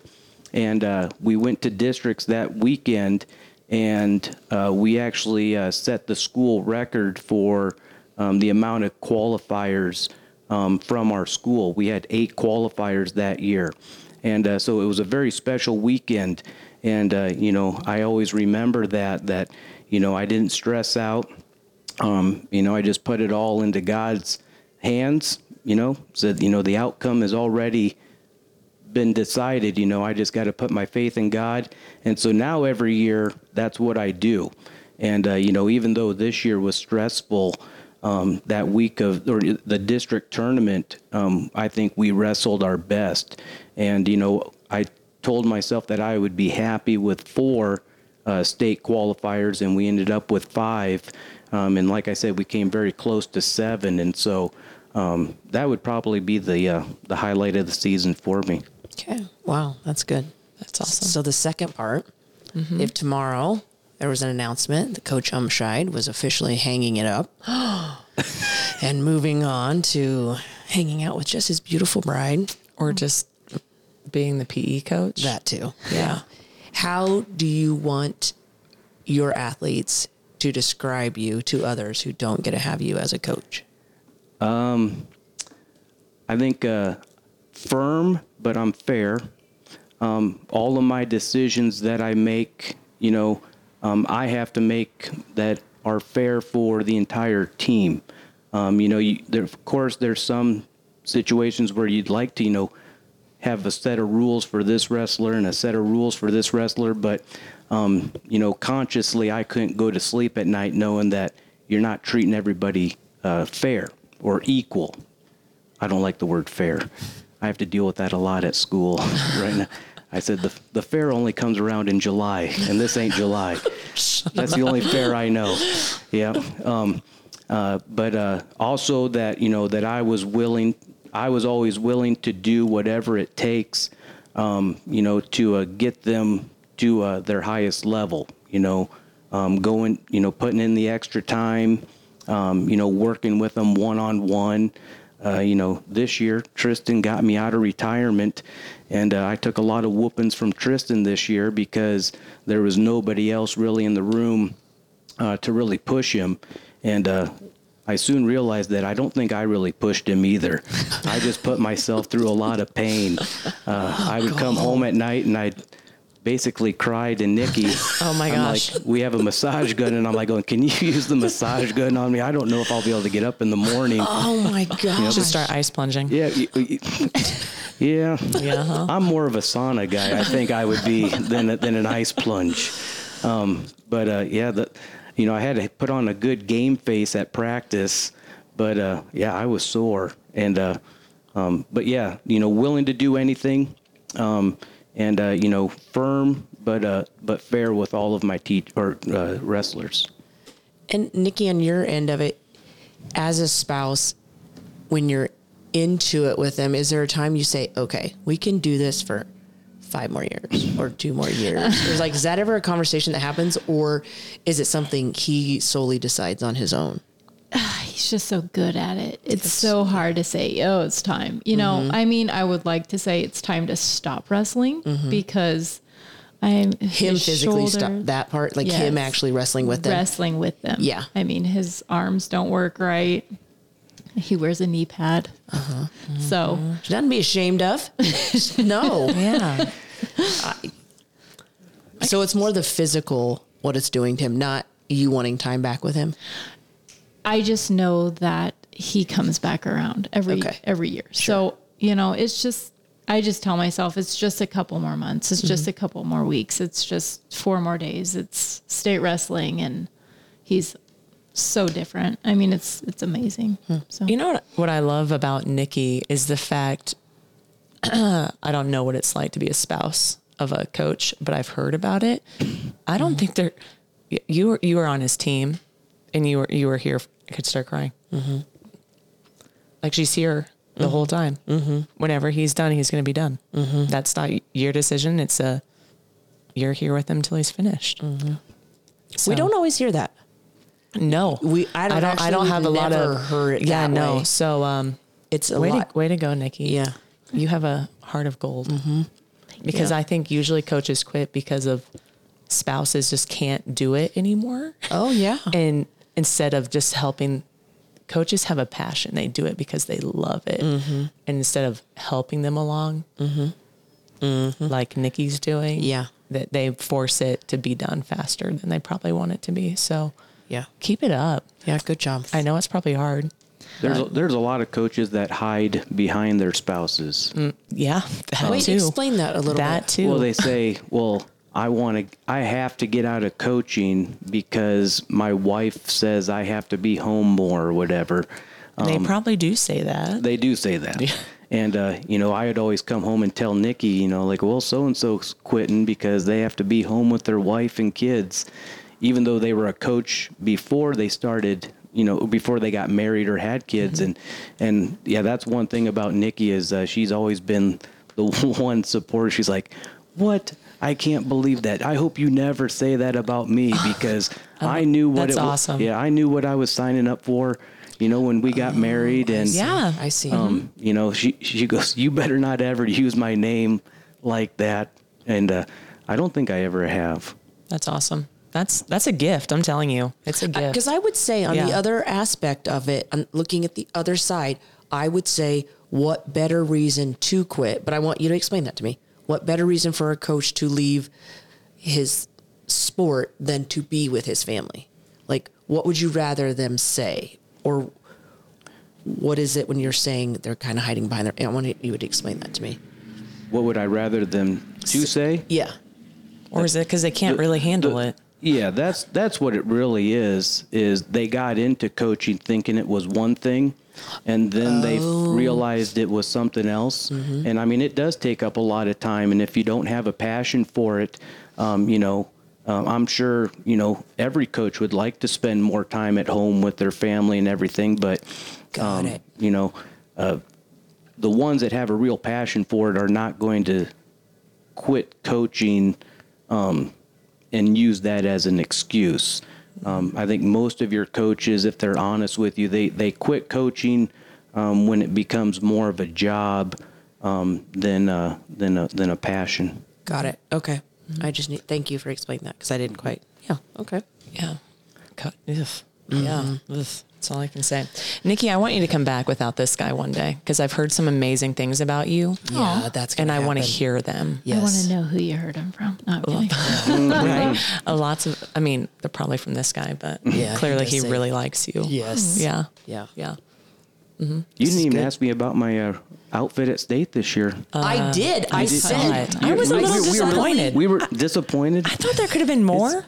And uh, we went to districts that weekend, and uh, we actually uh, set the school record for um, the amount of qualifiers um, from our school. We had eight qualifiers that year. And uh, so it was a very special weekend. And, uh, you know, I always remember that, that, you know, I didn't stress out. Um, you know, I just put it all into God's hands, you know, said, you know, the outcome is already been decided. You know, I just got to put my faith in God. And so now every year, that's what I do. And, uh, you know, even though this year was stressful, um, that week of or the district tournament, um, I think we wrestled our best. And, you know, I told myself that I would be happy with four uh, state qualifiers, and we ended up with five. Um, and like I said, we came very close to seven. And so, um, that would probably be the uh, the highlight of the season for me. Okay. Wow. That's good. That's awesome. Mm-hmm. So the second part, if tomorrow there was an announcement that Coach Umshide was officially hanging it [gasps] up and moving on to hanging out with just his beautiful bride, or just being the PE coach. that too. yeah. How do you want your athletes to describe you to others who don't get to have you as a coach? I think uh, firm, but I'm fair. Um, all of my decisions that I make, you know, um, I have to make that are fair for the entire team. Um, you know, you, there, of course, there's some situations where you'd like to, you know, have a set of rules for this wrestler and a set of rules for this wrestler, but um, you know, consciously, I couldn't go to sleep at night knowing that you're not treating everybody uh, fair or equal. I don't like the word fair. I have to deal with that a lot at school [laughs] right now. I said the the fair only comes around in July, and this ain't July. That's the only fair I know. Yeah. Um, uh, but uh, also that you know that I was willing, I was always willing to do whatever it takes, um, you know, to uh, get them to uh, their highest level. You know, um, going, you know, putting in the extra time, um, you know, working with them one on one. You know, this year Tristan got me out of retirement, and uh, I took a lot of whoopings from Tristan this year because there was nobody else really in the room uh, to really push him. And uh, I soon realized that I don't think I really pushed him either. I just put myself through a lot of pain. Uh, I would come home at night and I'd basically cry to Nikki. [laughs] Oh my I'm gosh. Like, we have a massage gun, and I'm like, going, "Can you use the massage gun on me? I don't know if I'll be able to get up in the morning." Oh [laughs] my gosh. Just start ice plunging. Yeah, y- y- yeah. Yeah, huh? I'm more of a sauna guy. I think I would be than a- than an ice plunge. Um, but uh, yeah, the, you know, I had to put on a good game face at practice. But uh, yeah, I was sore, and uh, um, but yeah, you know, willing to do anything, um, and uh, you know, firm but uh, but fair with all of my teach or uh, wrestlers. And Nikki, on your end of it, as a spouse, when you're into it with them, is there a time you say, okay, we can do this for five more years or two more [laughs] years? There's like, is that ever a conversation that happens or is it something he solely decides on his own? [laughs] he's just so good at it. It's so hard to say, oh, it's time. You know, Mm-hmm. I mean, I would like to say it's time to stop wrestling because I'm Mm-hmm. Him physically stop shoulder- that part, like him Yes. actually wrestling with them. wrestling with them. Yeah. I mean, his arms don't work right. He wears a knee pad. Uh-huh. So Nothing to be ashamed [laughs] of. no. Yeah. So it's more the physical, what it's doing to him, not you wanting time back with him. I just know that he comes back around every Okay. every year. So, you know, it's just I just tell myself it's just a couple more months. It's Mm-hmm. just a couple more weeks. It's just four more days. It's state wrestling and he's so different. I mean, it's it's amazing. Hmm. So You know what, what I love about Nikki is the fact [clears throat] I don't know what it's like to be a spouse of a coach, but I've heard about it. I don't think they're y- you were you were on his team and you were you were here I could start crying. Mm-hmm. Like she's here the whole time. Mm-hmm. Whenever he's done, he's going to be done. That's not your decision. It's a you're here with him until he's finished. Mm-hmm. We So- don't always hear that. No, We- I don't- I don't actually have a lot never of heard it Yeah, that no. way. So um, It's a way lot. to way to go, Nikki. Yeah. Mm-hmm. you have a heart of gold. Because I think usually coaches quit because of spouses just can't do it anymore. Oh yeah. And instead of just helping, coaches have a passion. They do it because they love it. Mm-hmm. And instead of helping them along, like Nikki's doing, Mm-hmm. Yeah. that they force it to be done faster than they probably want it to be. So yeah. keep it up. Yeah. Good job. I know it's probably hard. There's a, there's a lot of coaches that hide behind their spouses. Yeah, that Wait, too. explain that a little that bit. too. Well, they say, well, I want to, I have to get out of coaching because my wife says I have to be home more or whatever. they Um, probably do say that. They do say that. And, uh, you know, I would always come home and tell Nikki, you know, like, well, so and so's quitting because they have to be home with their wife and kids. Even though they were a coach before they started, you know, before they got married or had kids. Mm-hmm. And, and yeah, that's one thing about Nikki is uh, she's always been the [laughs] one supporter. She's like, what? I can't believe that. I hope you never say that [sighs] about me because I knew what that's it wa- awesome. Yeah, I knew what I was signing up for. You know, when we got married and yeah, I see. um, you know, she she goes, "You better not ever use my name like that." And uh, I don't think I ever have. that's awesome. That's that's a gift. I'm telling you, it's a gift. Because I would say on the Yeah. other aspect of it, on looking at the other side, I would say what better reason to quit? But I want you to explain that to me. What better reason for a coach to leave his sport than to be with his family? Like, what would you rather them say, or what is it when you're saying they're kind of hiding behind their? I want you to explain that to me. What would I rather them to say? Yeah. or is it because they can't really handle it? Yeah, that's that's what it really is. Is they got into coaching thinking it was one thing, and then they f- realized it was something else. And I mean, it does take up a lot of time. And if you don't have a passion for it, um, you know, um, I'm sure you know every coach would like to spend more time at home with their family and everything. But Um, Got it. Um, you know, uh, the ones that have a real passion for it are not going to quit coaching um, and use that as an excuse. Um, I think most of your coaches, if they're honest with you, they they quit coaching um, when it becomes more of a job um, than uh, than a, than a passion. Got it. Okay. mm-hmm. I just need. Thank you for explaining that because I didn't quite. Yeah. Mm-hmm. Okay. Yeah, Co- ugh. Yeah. Ugh, that's all I can say. Nikki, I want you to come back without this guy one day because I've heard some amazing things about you. Aw. Yeah, that's and gonna I want to happen. hear them. I want Yes. Oh. to know who you heard him from. No, [laughs] I'm kidding. Right? Uh, lots of, I mean, they're probably from this guy, but Yeah, [laughs] he clearly does he, say- really likes you. Yes. Yeah. Yeah. Yeah. You didn't even good. Uh, ask me about my uh, outfit at state this year. I did. I did- said. I was a We- little we- we were- disappointed. We were disappointed. I thought there could have been more.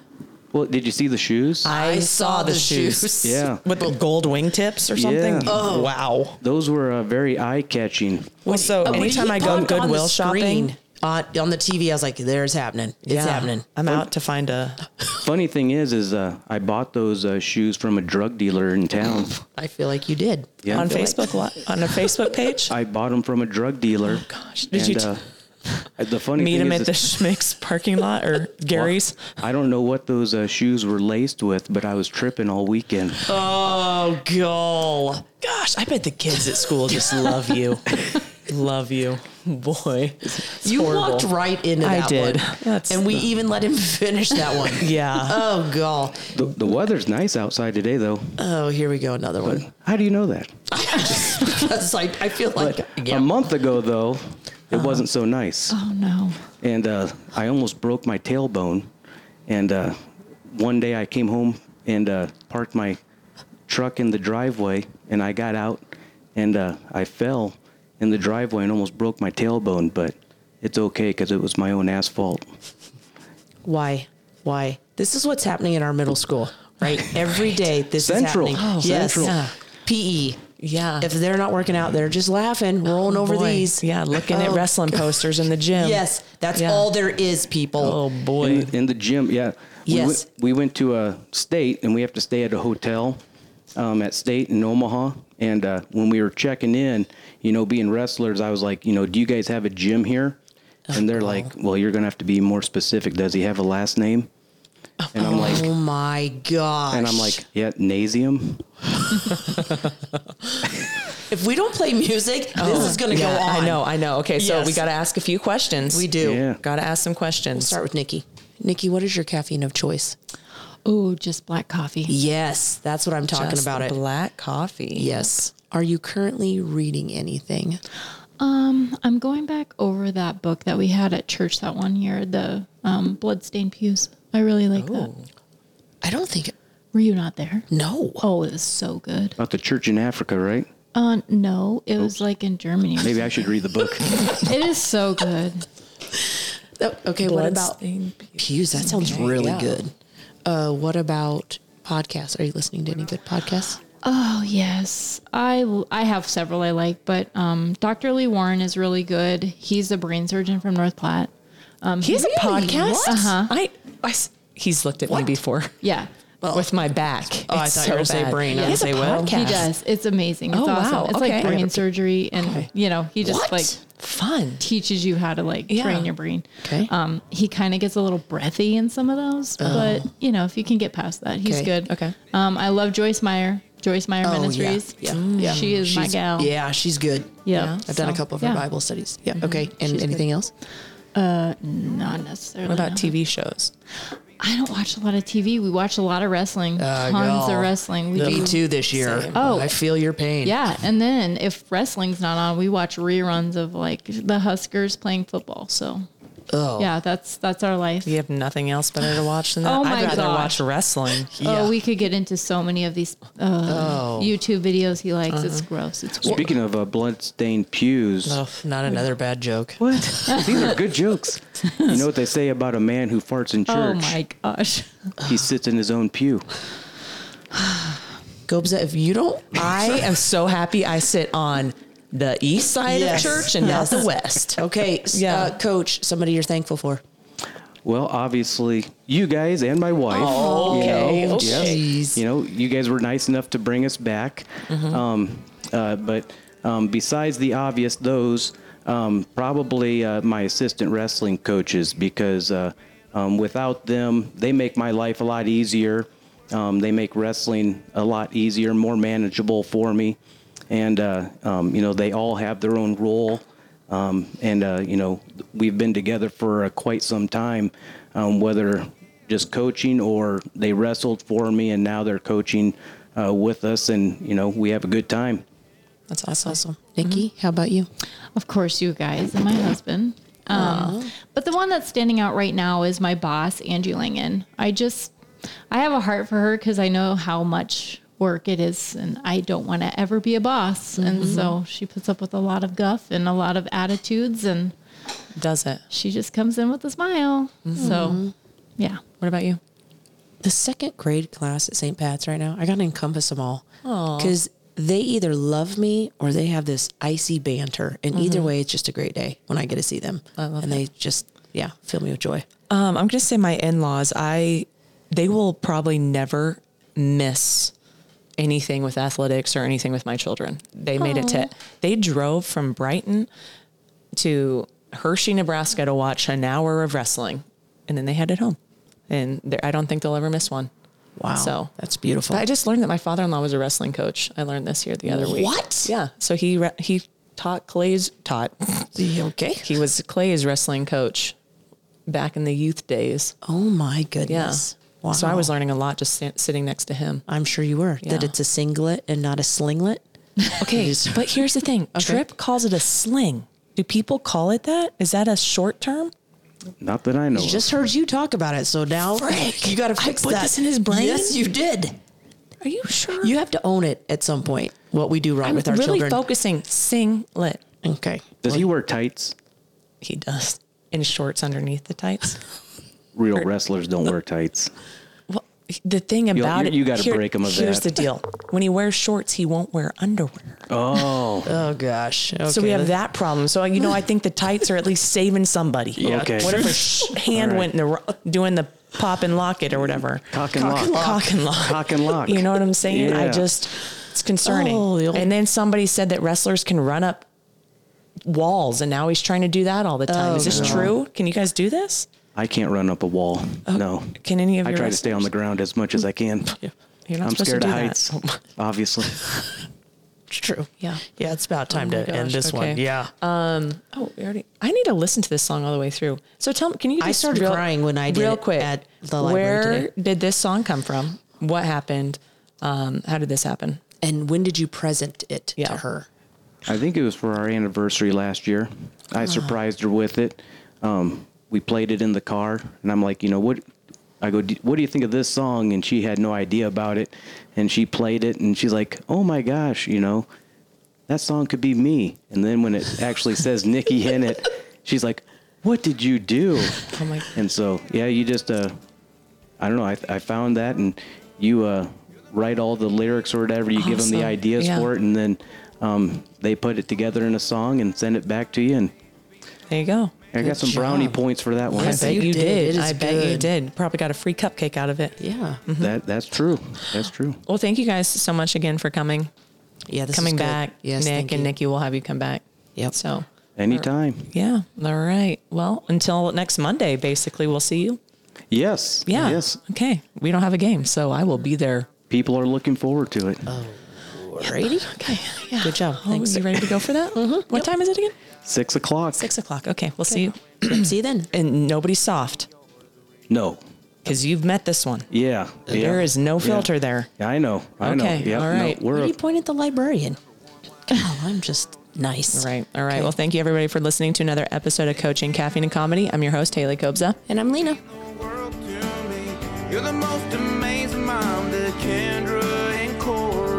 Well, did you see the shoes? I saw the shoes. Yeah. With the gold wingtips or something. Yeah. Oh. Wow. Those were uh, very eye catching. Well, so When he anytime I go popped on the Goodwill shopping, screen, on, on the TV, I was like, "There's happening. It's yeah, happening." I'm out to find a. Funny thing is, is uh, I bought those uh, shoes from a drug dealer in town. I feel like Oh, you did. Yeah. on Facebook li- [laughs] on a Facebook page. I bought them from a drug dealer. Gosh, Oh, did and, you t- [laughs] uh, the funny meet thing him is at the is- Schmick's parking lot [laughs] or Gary's? I don't know what those uh, shoes were laced with, but I was tripping all weekend. Oh, go! Gosh, I bet the kids at school just love you. [laughs] love you, boy. It's you horrible. walked right into I that did. one, That's and we even let him [laughs] finish that one. Yeah. Oh god. The, the weather's nice outside today, though. Oh, here we go. Another [laughs] one. How do you know that? That's like I feel like yeah. A month ago, though, it wasn't so nice. Oh no. and uh, I almost broke my tailbone. And uh, one day I came home and uh, parked my truck in the driveway, and I got out and uh, I fell in the driveway and almost broke my tailbone. But it's okay because it was my own asphalt. Why? Why? This is what's happening in our middle school, right? Every day, this Central. is happening. Oh, yes. E. Central. Yeah. PE. Yeah. If they're not working out, they're just laughing, rolling over Oh, Boy. these. Yeah. Looking at Oh, wrestling posters in the gym. Yes, that's Yeah. all there is, people. Oh, boy. In, in the gym, yeah. We, Yes. went, we went to a state, and we have to stay at a hotel um, at state in Omaha. And uh, when we were checking in, you know, being wrestlers, I was like, you know, do you guys have a gym here? And they're like, Uh-huh. well, you're gonna have to be more specific. Does he have a last name? And I'm like, Oh my gosh. and I'm like, yeah, Nasium. if we don't play music, this is going to Oh, Yeah, go on. I know. I know. Okay. So Yes. we got to ask a few questions. We do. Yeah. Got to ask some questions. Start with Nikki. Nikki, what is your caffeine of choice? Oh, just black coffee. Yes, that's what I'm talking Just about. It. Black coffee. Yes. Are you currently reading anything? Um, I'm going back over that book that we had at church that one year, the um, Bloodstained Pews. I really like that. Oh. I don't think. Were you not there? No. Oh, it was so good. About the church in Africa, right? Uh, no, it was like in Germany. or Maybe I should read [laughs] the book. something. It is so good. Oh, okay. What about Bloodstained pews? That sounds Okay, really yeah. good. Uh, what about podcasts? Are you listening to any good podcasts? Oh yes, I I have several I like, but um, Dr. Lee Warren is really good. He's a brain surgeon from North Platte. He has a podcast. What? Uh-huh. I, I s- he's looked at me before Yeah, with my back. Oh, I It's thought you were gonna say bad. brain. He I would has a say, well. podcast. he does. It's amazing. It's Oh, awesome. wow. It's Okay. like brain surgery, and you know he just What? like Fun. teaches you how to like Yeah. train your brain. Okay. Oh. Um, he kind of gets a little breathy in some of those, but you know if you can get past that, he's Okay. good. Okay. Um, I love Joyce Meyer. Joyce Meyer Oh, yeah. Ministries. Yeah. Mm. Yeah. She is my She's- gal. Yeah, she's good. Yeah. I've done a So, couple of her yeah. Mm-hmm. Bible studies. Yeah. Okay. And She's anything else? Not necessarily. What about no. TV shows? I don't watch a lot of TV. We watch a lot of wrestling. tons Uh, y'all. of wrestling. We Me do. too this year. Oh. I feel your pain. Yeah, and then if wrestling's not on, we watch reruns of like the Huskers playing football. So, Oh. yeah, that's that's our life. You have nothing else better to watch than that. Oh I'd my rather watch gosh. wrestling. Yeah. Oh. Oh, we could get into so many of these uh, Oh. YouTube videos he likes. It's gross. It's gross. Speaking of uh, bloodstained pews, Oh, not another bad joke. what? These are good jokes. You know what they say about a man who farts in church? oh my gosh. [laughs] He sits in his own pew. Gobza, if you don't, I am so happy I sit on the east side Yes. of church and Yes. not the west. okay, s- Yeah. uh, coach, somebody you're thankful for. Well, obviously, you guys and my wife. okay, You know, okay. yes. you know, you guys were nice enough to bring us back. Um, uh, but um, besides the obvious, those um, probably uh, my assistant wrestling coaches because uh, um, without them, they make my life a lot easier. Um, they make wrestling a lot easier, more manageable for me, and uh, um, you know they all have their own role. Um, and uh, you know we've been together for uh, quite some time. Um, whether just coaching or they wrestled for me and now they're coaching uh, with us and you know we have a good time That's awesome. Nikki, Mm-hmm. how about you? Of course, you guys and my husband. Um, but the one that's standing out right now is my boss, Angie Langen. I just, I have a heart for her because I know how much work it is and I don't want to ever be a boss. And so she puts up with a lot of guff and a lot of attitudes and Does it? she just comes in with a smile. So, yeah. What about you? the second grade class at St. Pat's right now, I got to encompass them all because they either love me or they have this icy banter. And either way, it's just a great day when I get to see them. and they just, yeah, fill me with joy. Um, I'm gonna say my in-laws. I they will probably never miss anything with athletics or anything with my children. They made it to. They drove from Brighton to Hershey, Nebraska, to watch an hour of wrestling, and then they headed home. And they're- I don't think they'll ever miss one. Wow. So that's beautiful. But I just learned that my father-in-law was a wrestling coach. I learned this here the other week. What? Yeah. So he re- he taught Clay's taught. okay. He was Clay's wrestling coach back in the youth days. Oh my Yeah. goodness. Wow. So I was learning a lot just sit- sitting next to him. I'm sure you were. That Yeah. it's a singlet and not a slinglet. [laughs] Okay, [laughs] but here's the thing. Trip calls it a sling. Do people call it that? Is that a short term? not that i know of. Just heard you talk about it. So now you got to I fix put that. this in his brain? Yes, you did. Are you sure? You have to own it at some point. What we do wrong I'm with our really children. focusing singlet. okay. does he wear tights He does in shorts underneath the tights. real wrestlers don't wear tights Well, the thing about you- it, you gotta break him of Here's that. the deal: when he wears shorts, he won't wear underwear. oh Oh gosh. Okay. so we have that problem. So you know, I think the tights are at least saving somebody. okay What if her sh- hand All right. went in the ro- doing the pop and lock it or whatever? cock and lock Cock and lock. Cock and lock. You know what I'm saying? I Yeah. just, it's concerning. Oh, the old- and then somebody said that wrestlers can run up walls, and now he's trying to do that all the time. Oh, Is this no. true? Can you guys do this? i can't run up a wall no Oh, Can any of i your try to stay on the ground as much as i can You're not i'm supposed scared to of do that. heights obviously [laughs] It's true. Yeah. Oh Yeah, it's about time my to end gosh, this one. okay. Yeah. Oh, we already. I need to listen to this song all the way through. So tell me, can you? Just I started real, crying when I did real it quick at the library Where today. did this song come from? What happened? Um, how did this happen? and when did you present it to Yeah. her? I think it was for our anniversary last year. I surprised her with it. Um, we played it in the car, and I'm like, you know what? I go, "Do- what do you think of this song? And she had no idea about it, and she played it, and she's like, oh my gosh, you know, that song could be me. And then when it actually says Nikki in it, she's like, what did you do? Oh my! And so, yeah, you just, uh, I don't know, I, I found that, and you uh, write all the lyrics or whatever, you give 'em give them the Awesome. ideas Yeah. for it, and then um, they put it together in a song and send it back to you. And There you go. I got some brownie job. points for that one. Yes, bet you you did. It did. is I bet you good. did. Probably got a free cupcake out of it. Yeah. Mm. Mm-hmm. That that's true. That's true. Well, thank you guys so much again for coming, Yeah, this coming is good. back. Yes, Nick thank and you. Nikki will have you come back. Yep. So Anytime. yeah. All right. Well, until next Monday, basically, we'll see you. Yes. Yeah. Yes. Okay. We don't have a game, so I will be there. People are looking forward to it. Oh. [clears throat] Alrighty. Okay. Yeah. Good job. Oh, Thanks. Mm-hmm. You ready to go for [laughs] that? What time is it again? Six o'clock. Six o'clock. Okay. We'll see you. See you then. And nobody's soft No. because you've met this one. Yeah. yeah. There is no Yeah. filter there. I know. I know. Okay, Yeah. all right. No, we're Why do a, you point at the librarian? God, Oh, I'm just nice. All right. All right. Well, thank you everybody for listening to another episode of Coaching Caffeine and Comedy. I'm your host, Haley Kobza. And I'm Lena. the world to me. You're the most amazing mom that Kendra and Cora